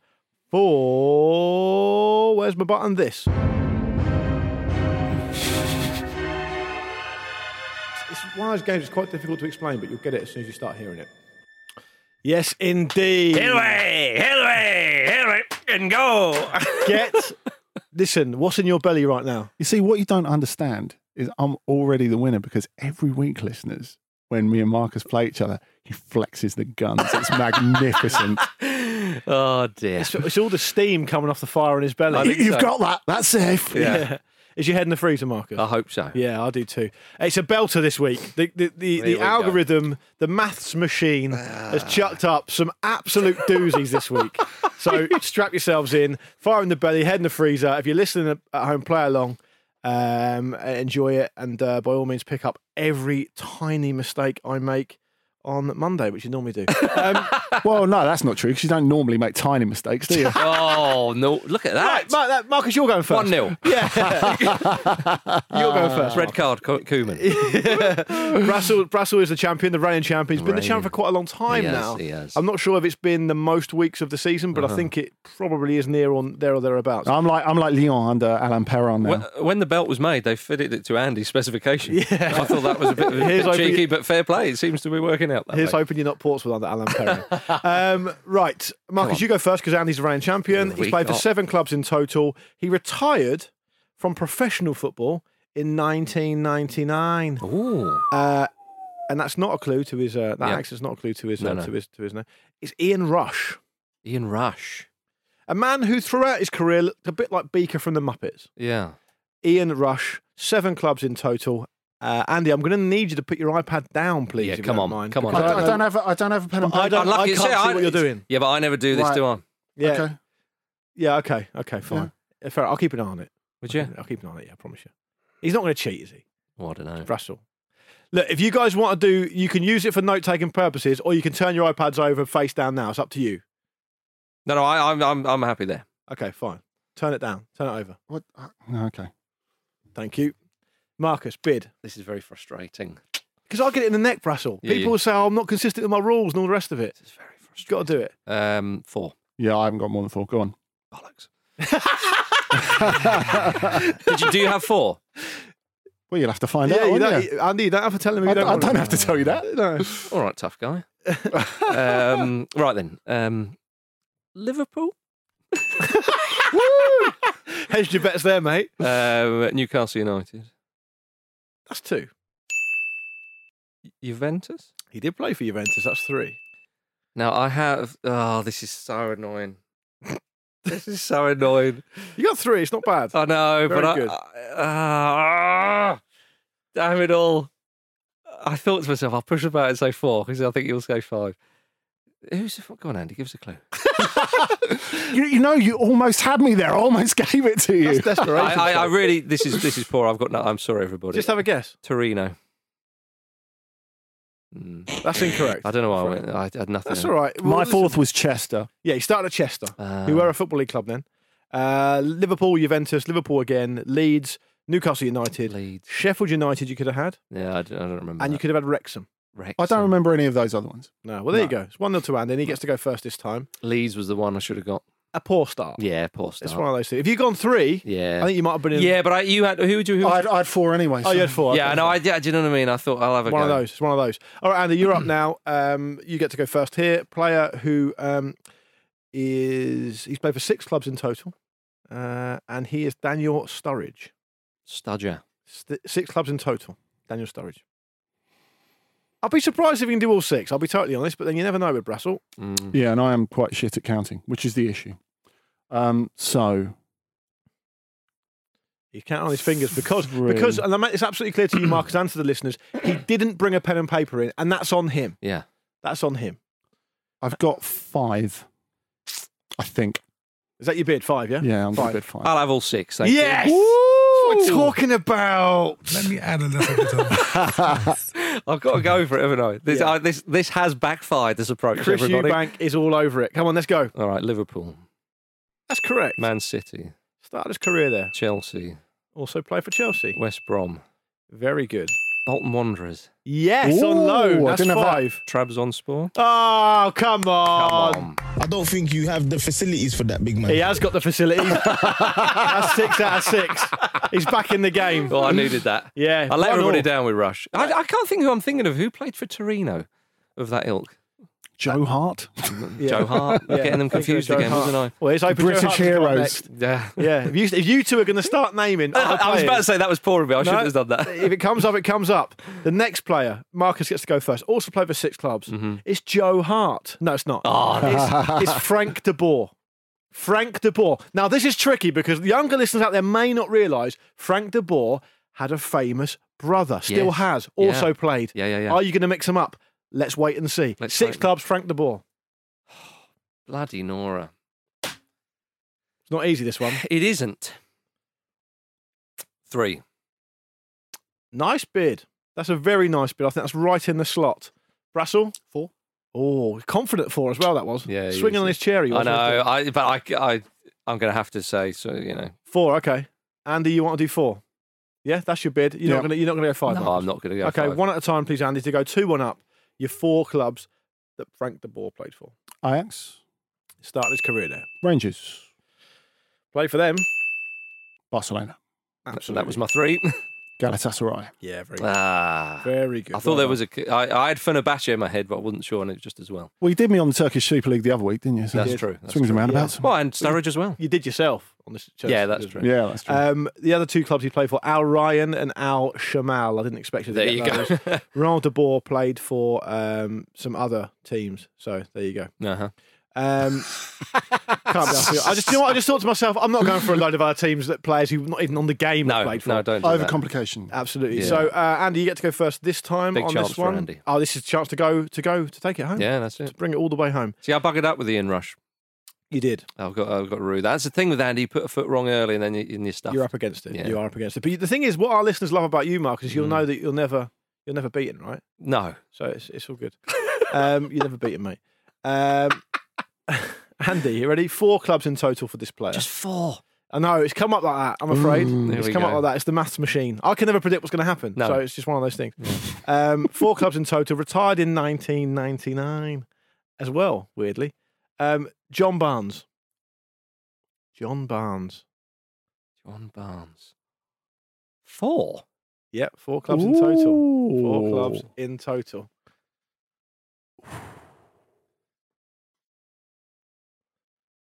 Speaker 3: for. Where's my button? This. It's one of those games that's quite difficult to explain, but you'll get it as soon as you start hearing it. Yes, indeed.
Speaker 1: Hillary, Hillary, and go.
Speaker 3: get. Listen, what's in your belly right now?
Speaker 2: You see, what you don't understand is I'm already the winner because every week, listeners, when me and Marcus play each other, he flexes the guns. It's magnificent.
Speaker 1: oh dear.
Speaker 3: It's, it's all the steam coming off the fire in his belly.
Speaker 1: think
Speaker 2: You've
Speaker 1: so.
Speaker 2: got that. That's safe.
Speaker 3: yeah. Is your head in the freezer, Marcus?
Speaker 1: I hope so.
Speaker 3: Yeah, I do too. It's a belter this week. The the,
Speaker 1: we
Speaker 3: the, the
Speaker 1: go. Ah.
Speaker 3: algorithm, the maths machine, has chucked up some absolute doozies this week. So strap yourselves in, fire in the belly, head in the freezer. If you're listening at home, play along, um, enjoy it, and uh, by all means, pick up every tiny mistake I make on Monday, which you normally do. Um,
Speaker 2: Well, no, that's not true because you don't normally make tiny mistakes, do you?
Speaker 1: Oh no! Look at that.
Speaker 3: right, Mar- that- Marcus, you're going first.
Speaker 1: One 0
Speaker 3: Yeah. You're going first.
Speaker 1: Red card, Ko- Koeman.
Speaker 3: Brassel, Brassel is the champion, the reigning champion. He's been the
Speaker 1: Reigning.
Speaker 3: champion for quite a long time
Speaker 1: He has,
Speaker 3: now.
Speaker 1: he has. Uh-huh.
Speaker 3: I'm not sure if it's been the most weeks of the season, but I think it probably is near on there or
Speaker 1: Oh,
Speaker 3: thereabouts.
Speaker 2: I'm like I'm like Lyon under Alain Perron now.
Speaker 1: When, when the belt was made, they fitted it to Andy's specification. Yeah. I thought that was a bit, a bit
Speaker 3: Here's hoping-
Speaker 1: cheeky, but fair play. It seems to be working out. That
Speaker 3: Here's
Speaker 1: way.
Speaker 3: hoping you're not Portsmouth under Alan Perrin. um, right, Marcus, you go first because Andy's the reigning
Speaker 1: Who
Speaker 3: champion.
Speaker 1: have
Speaker 3: He's
Speaker 1: we
Speaker 3: played for
Speaker 1: got?
Speaker 3: seven clubs in total. He retired from professional football in 1999.
Speaker 1: Ooh.
Speaker 3: Uh, and that's not a clue to his. Uh, that
Speaker 1: Yeah.
Speaker 3: accent's not a clue to his.
Speaker 1: No,
Speaker 3: uh,
Speaker 1: no.
Speaker 3: To his. To his name. It's Ian Rush,
Speaker 1: Ian Rush.
Speaker 3: a man who throughout his career looked a bit like Beaker from the Muppets.
Speaker 1: Yeah.
Speaker 3: Ian Rush, seven clubs in total. Uh, Andy, I'm going to need you to put your iPad down, please.
Speaker 1: Yeah,
Speaker 3: if you
Speaker 1: come
Speaker 3: don't
Speaker 1: on,
Speaker 3: mind,
Speaker 1: come on.
Speaker 2: I
Speaker 3: because um,
Speaker 2: don't, I don't have a, I don't have a pen and
Speaker 3: I
Speaker 2: paper.
Speaker 3: don't. I
Speaker 1: Unlucky.
Speaker 3: can't
Speaker 1: See,
Speaker 3: see
Speaker 1: I-
Speaker 3: what you're doing.
Speaker 1: Yeah, but I never do this,
Speaker 2: Right.
Speaker 1: do I?
Speaker 3: Yeah.
Speaker 2: Okay.
Speaker 3: Yeah. Okay. Okay. Fine. Uh, Fair. I'll keep an eye on it.
Speaker 1: Would you?
Speaker 3: I'll keep an eye on it. Yeah, I promise you. He's not going to cheat, is he?
Speaker 1: Oh, I don't know.
Speaker 3: Russell. Look, if you guys want to do, you can use it for note taking purposes, or you can turn your iPads over face down now. It's up to you.
Speaker 1: No, no, I, I'm, I'm, I'm happy there.
Speaker 3: Okay, fine. Turn it down. Turn it over.
Speaker 2: What? No, okay.
Speaker 3: Thank you. Marcus, bid.
Speaker 1: This is very frustrating.
Speaker 3: Because I get it in the neck, Russell.
Speaker 1: Yeah,
Speaker 3: People
Speaker 1: yeah.
Speaker 3: say, oh, I'm not consistent with my rules and all the rest of it.
Speaker 1: This is very frustrating.
Speaker 3: Got to do it.
Speaker 1: Um, four
Speaker 2: Yeah, I haven't got more than four. Go on.
Speaker 1: bollocks. Did you do you have four?
Speaker 2: Well, you'll have to find
Speaker 3: yeah,
Speaker 2: out.
Speaker 3: you
Speaker 2: won't
Speaker 3: don't,
Speaker 2: you?
Speaker 3: you- Andy, you don't have to tell him. if You
Speaker 2: I, I
Speaker 3: don't
Speaker 2: don't,
Speaker 3: want it.
Speaker 2: have to tell you that.
Speaker 3: No.
Speaker 1: All right, tough guy. Um, right then, um, Liverpool,
Speaker 3: Hedged your bets there, mate.
Speaker 1: um, Newcastle United,
Speaker 3: That's two.
Speaker 1: Juventus.
Speaker 3: He did play for Juventus. That's three.
Speaker 1: Now I have. Oh, this is so annoying. this is so annoying.
Speaker 3: You got three. It's not bad.
Speaker 1: I know,
Speaker 3: Very
Speaker 1: but
Speaker 3: good.
Speaker 1: I, I- ah, damn it all. I thought to myself, I'll push about and say four because I think you'll say five. Who's go on, Andy? Give us a clue.
Speaker 2: You, you know, you almost had me there. I almost gave it to you.
Speaker 3: That's desperation.
Speaker 1: I, I, I
Speaker 3: stuff.
Speaker 1: really, this is this is poor. I've got no. I'm sorry, everybody.
Speaker 3: Just have a guess.
Speaker 1: Torino. Mm,
Speaker 3: That's incorrect.
Speaker 1: I don't know why I went. I had nothing.
Speaker 3: That's all right. Well,
Speaker 2: My
Speaker 3: listen-
Speaker 2: fourth was Chester.
Speaker 3: Yeah, he started at Chester,
Speaker 1: Ah.
Speaker 3: who were a football league club then. Uh, Liverpool, Juventus, Liverpool again, Leeds, Newcastle United,
Speaker 1: Leeds.
Speaker 3: Sheffield United. You could have had,
Speaker 1: Yeah, I don't, I don't remember.
Speaker 3: and you could have had Wrexham.
Speaker 1: Wrexham.
Speaker 2: I don't remember any of those other ones.
Speaker 3: No, well there you
Speaker 2: No.
Speaker 3: go. It's one 0 to Andy. And he gets to go first this time.
Speaker 1: Leeds was the one I should have got.
Speaker 3: A poor start.
Speaker 1: Yeah, poor
Speaker 3: it's
Speaker 1: start.
Speaker 3: one of those things. If you'd gone three,
Speaker 1: Yeah.
Speaker 3: I think you might have been in.
Speaker 1: yeah, but I, you had who would you? Who
Speaker 2: I had, I had four anyway.
Speaker 3: Oh, you had four.
Speaker 1: yeah,
Speaker 3: okay.
Speaker 1: no, I did. Do you know what I mean? I thought I'll have a
Speaker 3: One of
Speaker 1: go.
Speaker 3: those. It's one of those. All right, Andy, you're up now. Um, you get to go first here. Player who um, is he's played for six clubs in total, uh, and he is Daniel Sturridge.
Speaker 1: Studger.
Speaker 3: St- six clubs in total. Daniel Sturridge. I'll be surprised if he can do all six. I'll be totally honest, but then you never know with Brassel.
Speaker 1: Mm.
Speaker 2: Yeah, and I am quite shit at counting, which is the issue. Um, so
Speaker 3: He's counting on his fingers because because
Speaker 2: Three.
Speaker 3: and I mean, it's absolutely clear to you, Marcus, and to the listeners, he didn't bring a pen and paper in, and that's on him.
Speaker 1: Yeah.
Speaker 3: That's on him.
Speaker 2: I've got five. I think.
Speaker 3: Is that your bid? Five, yeah.
Speaker 2: Yeah, I'm
Speaker 3: Five.
Speaker 2: going to bid five.
Speaker 1: I'll have all six. Thank
Speaker 3: Yes. That's what we're talking about.
Speaker 7: Let me add a little bit of.
Speaker 1: you. I've got to go for it, haven't I? This,
Speaker 3: Yeah.
Speaker 1: I, this, this has backfired, this approach,
Speaker 3: Chris
Speaker 1: everybody.
Speaker 3: Eubank is all over it. Come on, let's go.
Speaker 1: All right, Liverpool,
Speaker 3: That's correct.
Speaker 1: Man City,
Speaker 3: Started his career there.
Speaker 1: Chelsea,
Speaker 3: Also played for Chelsea.
Speaker 1: West Brom,
Speaker 3: Very good.
Speaker 1: Bolton Wanderers,
Speaker 3: Yes, on
Speaker 2: Ooh,
Speaker 3: loan.
Speaker 2: I
Speaker 3: That's
Speaker 2: didn't have that.
Speaker 3: five.
Speaker 1: Trabzonspor.
Speaker 3: Oh, come on.
Speaker 7: I don't think you have the facilities for that, big man.
Speaker 3: He has got the facilities. That's six out of six. He's back in the game.
Speaker 1: Well, Oh, I needed that.
Speaker 3: Yeah,
Speaker 1: I let
Speaker 3: one
Speaker 1: everybody
Speaker 3: all.
Speaker 1: down with Rush. I, I can't think who I'm thinking of. Who played for Torino of that ilk?
Speaker 2: Joe Hart.
Speaker 3: Yeah.
Speaker 1: Joe Hart.
Speaker 3: Yeah.
Speaker 1: Getting them
Speaker 3: Thank you,
Speaker 1: confused
Speaker 3: Joe
Speaker 1: again,
Speaker 3: Hart.
Speaker 1: wasn't I?
Speaker 3: Well, it's open
Speaker 2: British
Speaker 3: Joe Hart's come up next.
Speaker 2: heroes.
Speaker 1: Yeah.
Speaker 3: Yeah, if you, if you two are going to start naming, other
Speaker 1: I was about to
Speaker 3: players-
Speaker 1: say that was poor of me. I
Speaker 3: No,
Speaker 1: shouldn't have done that.
Speaker 3: if it comes up, it comes up. The next player, Marcus gets to go first. Also played for six clubs.
Speaker 1: Mm-hmm.
Speaker 3: It's Joe Hart. No, it's not.
Speaker 1: Oh,
Speaker 3: It's, it's Frank de Boer. Frank de Boer. Now, this is tricky because the younger listeners out there may not realise Frank de Boer had a famous brother. Still
Speaker 1: Yes.
Speaker 3: has.
Speaker 1: Yeah.
Speaker 3: Also played.
Speaker 1: Yeah, yeah, yeah.
Speaker 3: Are you going to mix them up? Let's wait and see.
Speaker 1: Let's
Speaker 3: six
Speaker 1: wait.
Speaker 3: clubs, Frank de Boer.
Speaker 1: Bloody Nora.
Speaker 3: It's not easy, this one.
Speaker 1: It isn't. Three.
Speaker 3: Nice bid. That's a very nice bid. I think that's right in the slot. Brassel? Four. Oh, confident four as well, that was.
Speaker 1: Yeah, he
Speaker 3: Swinging
Speaker 1: is.
Speaker 3: on his chair, he
Speaker 1: I
Speaker 3: was. wasn't he?
Speaker 1: know. I but I I I'm going to have to say so. You know.
Speaker 3: Four, okay. Andy, you want to do four? Yeah, that's your bid. You're
Speaker 2: Yeah.
Speaker 3: not gonna you're not gonna go five.
Speaker 1: no,
Speaker 3: Marcus.
Speaker 1: I'm not going to go.
Speaker 3: okay,
Speaker 1: five.
Speaker 3: one at a time, please, Andy, to go two one up. Your four clubs that Frank de Boer played for.
Speaker 2: Ajax.
Speaker 3: Started his career there.
Speaker 2: Rangers.
Speaker 3: Played for them.
Speaker 2: Barcelona.
Speaker 1: That was my three.
Speaker 2: Galatasaray.
Speaker 3: Yeah, very good.
Speaker 1: Ah.
Speaker 3: Very good.
Speaker 1: I thought there was a. I, I had Fenerbahce in my head, but I wasn't sure, and it just as well.
Speaker 2: Well, you did me on the Turkish Super League the other week, didn't you? So
Speaker 1: That's true. That's
Speaker 2: swings
Speaker 1: true.
Speaker 2: and roundabouts.
Speaker 1: Well, and Sturridge as well.
Speaker 3: You did yourself on this. Chelsea,
Speaker 1: Yeah, that's
Speaker 3: didn't
Speaker 1: true.
Speaker 3: you?
Speaker 2: Yeah, that's true.
Speaker 3: Um, the other two clubs he played for, Al Ryan and Al Shamal. I didn't expect you to
Speaker 1: There
Speaker 3: get
Speaker 1: you go.
Speaker 3: those. Ronald de Boer played for um, some other teams, so there you go.
Speaker 1: Uh-huh.
Speaker 3: Um, can't be asked to- I just, you know what? I just thought to myself, I'm not going for a load of other teams that players who not even on the game
Speaker 1: No,
Speaker 3: have played for.
Speaker 1: no, don't. Do that.
Speaker 2: Overcomplication.
Speaker 3: Absolutely.
Speaker 1: Yeah.
Speaker 3: So, uh, Andy, you get to go first this time
Speaker 1: Big
Speaker 3: on
Speaker 1: chance
Speaker 3: this
Speaker 1: for
Speaker 3: one.
Speaker 1: Andy.
Speaker 3: Oh, this is a chance to go to go to take it home.
Speaker 1: Yeah, that's it.
Speaker 3: To bring it all the way home.
Speaker 1: See, I buggered up with the inrush.
Speaker 3: You did.
Speaker 1: I've got, I've got Rue. That's the thing with Andy. You put a foot wrong early, and then you, and you're stuffed.
Speaker 3: You're up against it.
Speaker 1: Yeah. Hmm.
Speaker 3: You are up against it. But the thing is, what our listeners love about you, Mark, is you'll know that you'll never you'll never beaten, right?
Speaker 1: No,
Speaker 3: So it's it's all good. um, you never beaten, mate. Um, Andy, you ready? Four clubs in total for this player.
Speaker 1: just four.
Speaker 3: I know it's come up like that. I'm afraid
Speaker 1: There
Speaker 3: it's
Speaker 1: we
Speaker 3: come up
Speaker 1: go.
Speaker 3: like that. It's the maths machine. I can never predict what's going to happen.
Speaker 1: No. Mm.
Speaker 3: So it's just one of those things. um, four clubs in total. Retired in 1999, as well. Weirdly, um, John Barnes. John Barnes.
Speaker 1: John Barnes. Four.
Speaker 3: Yep, four clubs in total. Four
Speaker 2: Ooh.
Speaker 3: clubs in total.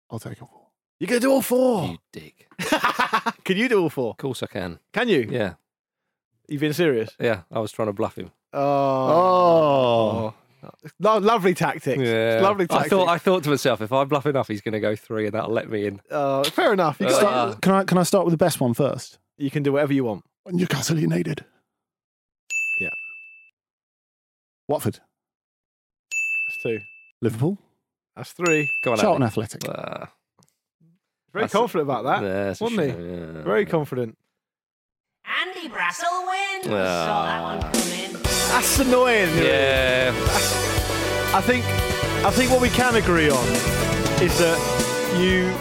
Speaker 2: I'll take a four.
Speaker 3: You gonna do all four?
Speaker 1: You dick.
Speaker 3: can you do all four?
Speaker 1: Of course I can.
Speaker 3: Can you?
Speaker 1: Yeah,
Speaker 3: You've been serious.
Speaker 1: yeah. I was trying to bluff him.
Speaker 3: Oh. Lo- lovely tactics.
Speaker 1: Yeah,
Speaker 3: Lovely
Speaker 1: I
Speaker 3: tactics.
Speaker 1: thought. I thought to myself, if I bluff enough, he's going to go three, and that'll let me in.
Speaker 3: Uh, fair enough. You can,
Speaker 1: Uh,
Speaker 3: start-
Speaker 1: Ah.
Speaker 2: Can I can I start with the best one first?
Speaker 3: you can do whatever you want.
Speaker 2: Newcastle United.
Speaker 3: Yeah.
Speaker 2: Watford,
Speaker 3: That's two.
Speaker 2: Liverpool,
Speaker 3: That's three.
Speaker 1: Go on,
Speaker 2: Charlton
Speaker 1: Andy.
Speaker 2: Athletic.
Speaker 1: Uh,
Speaker 3: Very
Speaker 1: That's-
Speaker 3: confident about that.
Speaker 1: that's a
Speaker 3: wasn't Ah, he?
Speaker 1: shame, yeah.
Speaker 3: Very confident.
Speaker 8: Andy Brassel wins. Saw that one
Speaker 1: Ah.
Speaker 8: coming.
Speaker 3: That's annoying. really.
Speaker 1: Yeah.
Speaker 3: I think I think what we can agree on is that you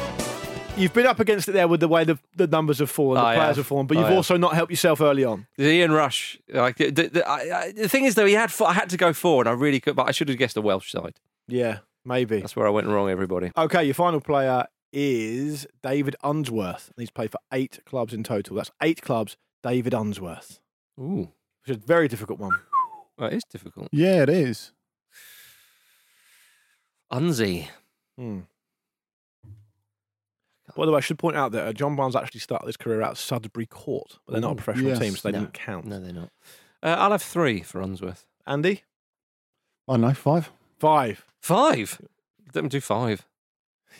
Speaker 3: you've been up against it there with the way the, the numbers have fallen, the
Speaker 1: I
Speaker 3: players
Speaker 1: have.
Speaker 3: have fallen, but
Speaker 1: I
Speaker 3: you've
Speaker 1: have.
Speaker 3: also not helped yourself early on.
Speaker 1: Ian Rush. Like the, the, the, I, I, the thing is, though, he had. Four, I had to go four, and I really could, but I should have guessed the Welsh side.
Speaker 3: Yeah, maybe.
Speaker 1: That's where I went wrong. Everybody.
Speaker 3: Okay, your final player is David Unsworth. He's played for eight clubs in total. That's eight clubs. David Unsworth,
Speaker 1: Ooh,
Speaker 3: which is a very difficult one.
Speaker 1: that is difficult.
Speaker 2: Yeah, it is.
Speaker 1: Unzi.
Speaker 3: Hmm. By the way, I should point out that uh, John Barnes actually started his career out at Sudbury Court, but they're not a
Speaker 2: Ooh,
Speaker 3: professional
Speaker 2: Mm. yes.
Speaker 3: team, so they
Speaker 2: No.
Speaker 3: didn't count.
Speaker 1: No, they're not. Uh, I'll have three for Unsworth.
Speaker 3: Andy,
Speaker 2: I don't know, five.
Speaker 3: five.
Speaker 1: Five. Oh, Let me do five.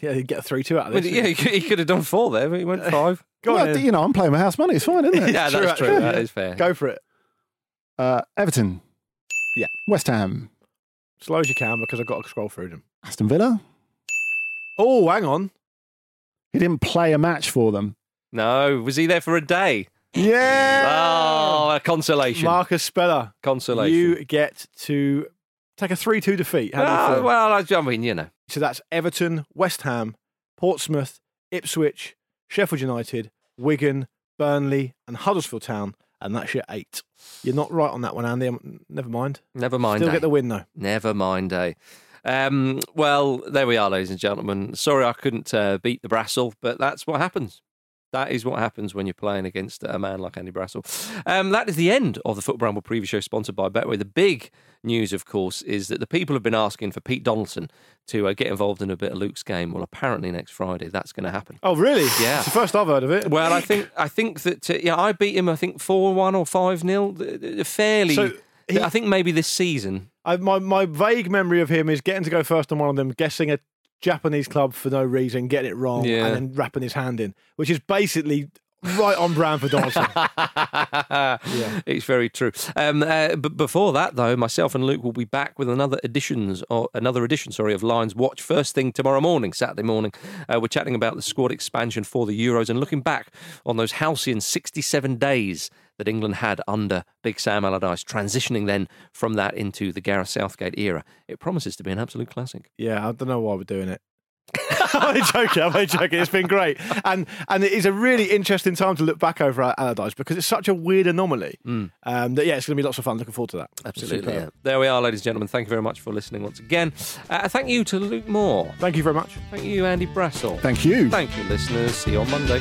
Speaker 3: Yeah, you get a three-two out
Speaker 1: I
Speaker 3: of this.
Speaker 1: mean, yeah, he could, he could have done four there, but he went five.
Speaker 3: go
Speaker 2: Well,
Speaker 3: on. then.
Speaker 2: you know, I'm playing my house money. It's fine, isn't it?
Speaker 1: yeah,
Speaker 3: true,
Speaker 1: that's true.
Speaker 3: actually,
Speaker 1: That
Speaker 3: yeah.
Speaker 1: is fair.
Speaker 3: Go for it.
Speaker 2: Uh, Everton.
Speaker 3: Yeah.
Speaker 2: West Ham.
Speaker 3: Slow as you can because I've got to scroll through them.
Speaker 2: Aston Villa.
Speaker 3: Oh, hang on.
Speaker 2: He didn't play a match for them.
Speaker 1: No, was he there for a day? Yeah. Oh, a consolation.
Speaker 3: Marcus Speller,
Speaker 1: consolation.
Speaker 3: you get to take a three-two defeat. How do you
Speaker 1: Ah,
Speaker 3: feel?
Speaker 1: well, I, I mean, you know,
Speaker 3: So that's Everton, West Ham, Portsmouth, Ipswich, Sheffield United, Wigan, Burnley, and Huddersfield Town. And that's your eight. You're not right on that one, Andy. I'm- Never mind.
Speaker 1: never mind.
Speaker 3: Still
Speaker 1: eh?
Speaker 3: get the win, though.
Speaker 1: Never mind, eh? Um, well, there we are, ladies and gentlemen. Sorry I couldn't uh, beat the Brassel, but that's what happens. That is what happens when you're playing against a man like Andy Brassel. Um, that is the end of the Foot Bramble preview show sponsored by Betway. The big news, of course, is that the people have been asking for Pete Donaldson to uh, get involved in a bit of Luke's game. Well, apparently next Friday that's going to happen.
Speaker 3: Oh, really?
Speaker 1: Yeah.
Speaker 3: It's the first I've heard of it.
Speaker 1: Well, I think I think that uh, yeah, I beat him. I think four one or five 0 fairly.
Speaker 3: So he-
Speaker 1: I think maybe this season.
Speaker 3: I, my, my vague memory of him is getting to go first on one of them, guessing a Japanese club for no reason, getting it wrong,
Speaker 1: Yeah.
Speaker 3: and then wrapping his hand in, which is basically right on brand for Donaldson.
Speaker 1: It's very true. Um, uh, but before that, though, myself and Luke will be back with another editions or another edition, sorry, of Lions Watch first thing tomorrow morning, Saturday morning. Uh, we're chatting about the squad expansion for the Euros and looking back on those halcyon 67 days that England had under Big Sam Allardyce, transitioning then from that into the Gareth Southgate era. It promises to be an absolute classic.
Speaker 3: Yeah, I don't know why we're doing it. I'm only joking. I'm only joking. It's been great, and and it is a really interesting time to look back over at Allardyce because it's such a weird anomaly. Um, that yeah, it's going to be lots of fun. Looking forward to that.
Speaker 1: Mm. Absolutely.
Speaker 3: Superb.
Speaker 1: yeah. There we are, ladies and gentlemen. Thank you very much for listening once again. Uh, thank you to Luke Moore.
Speaker 3: Thank you very much.
Speaker 1: Thank you, Andy Brassel.
Speaker 2: Thank you.
Speaker 1: Thank you, listeners. See you on Monday.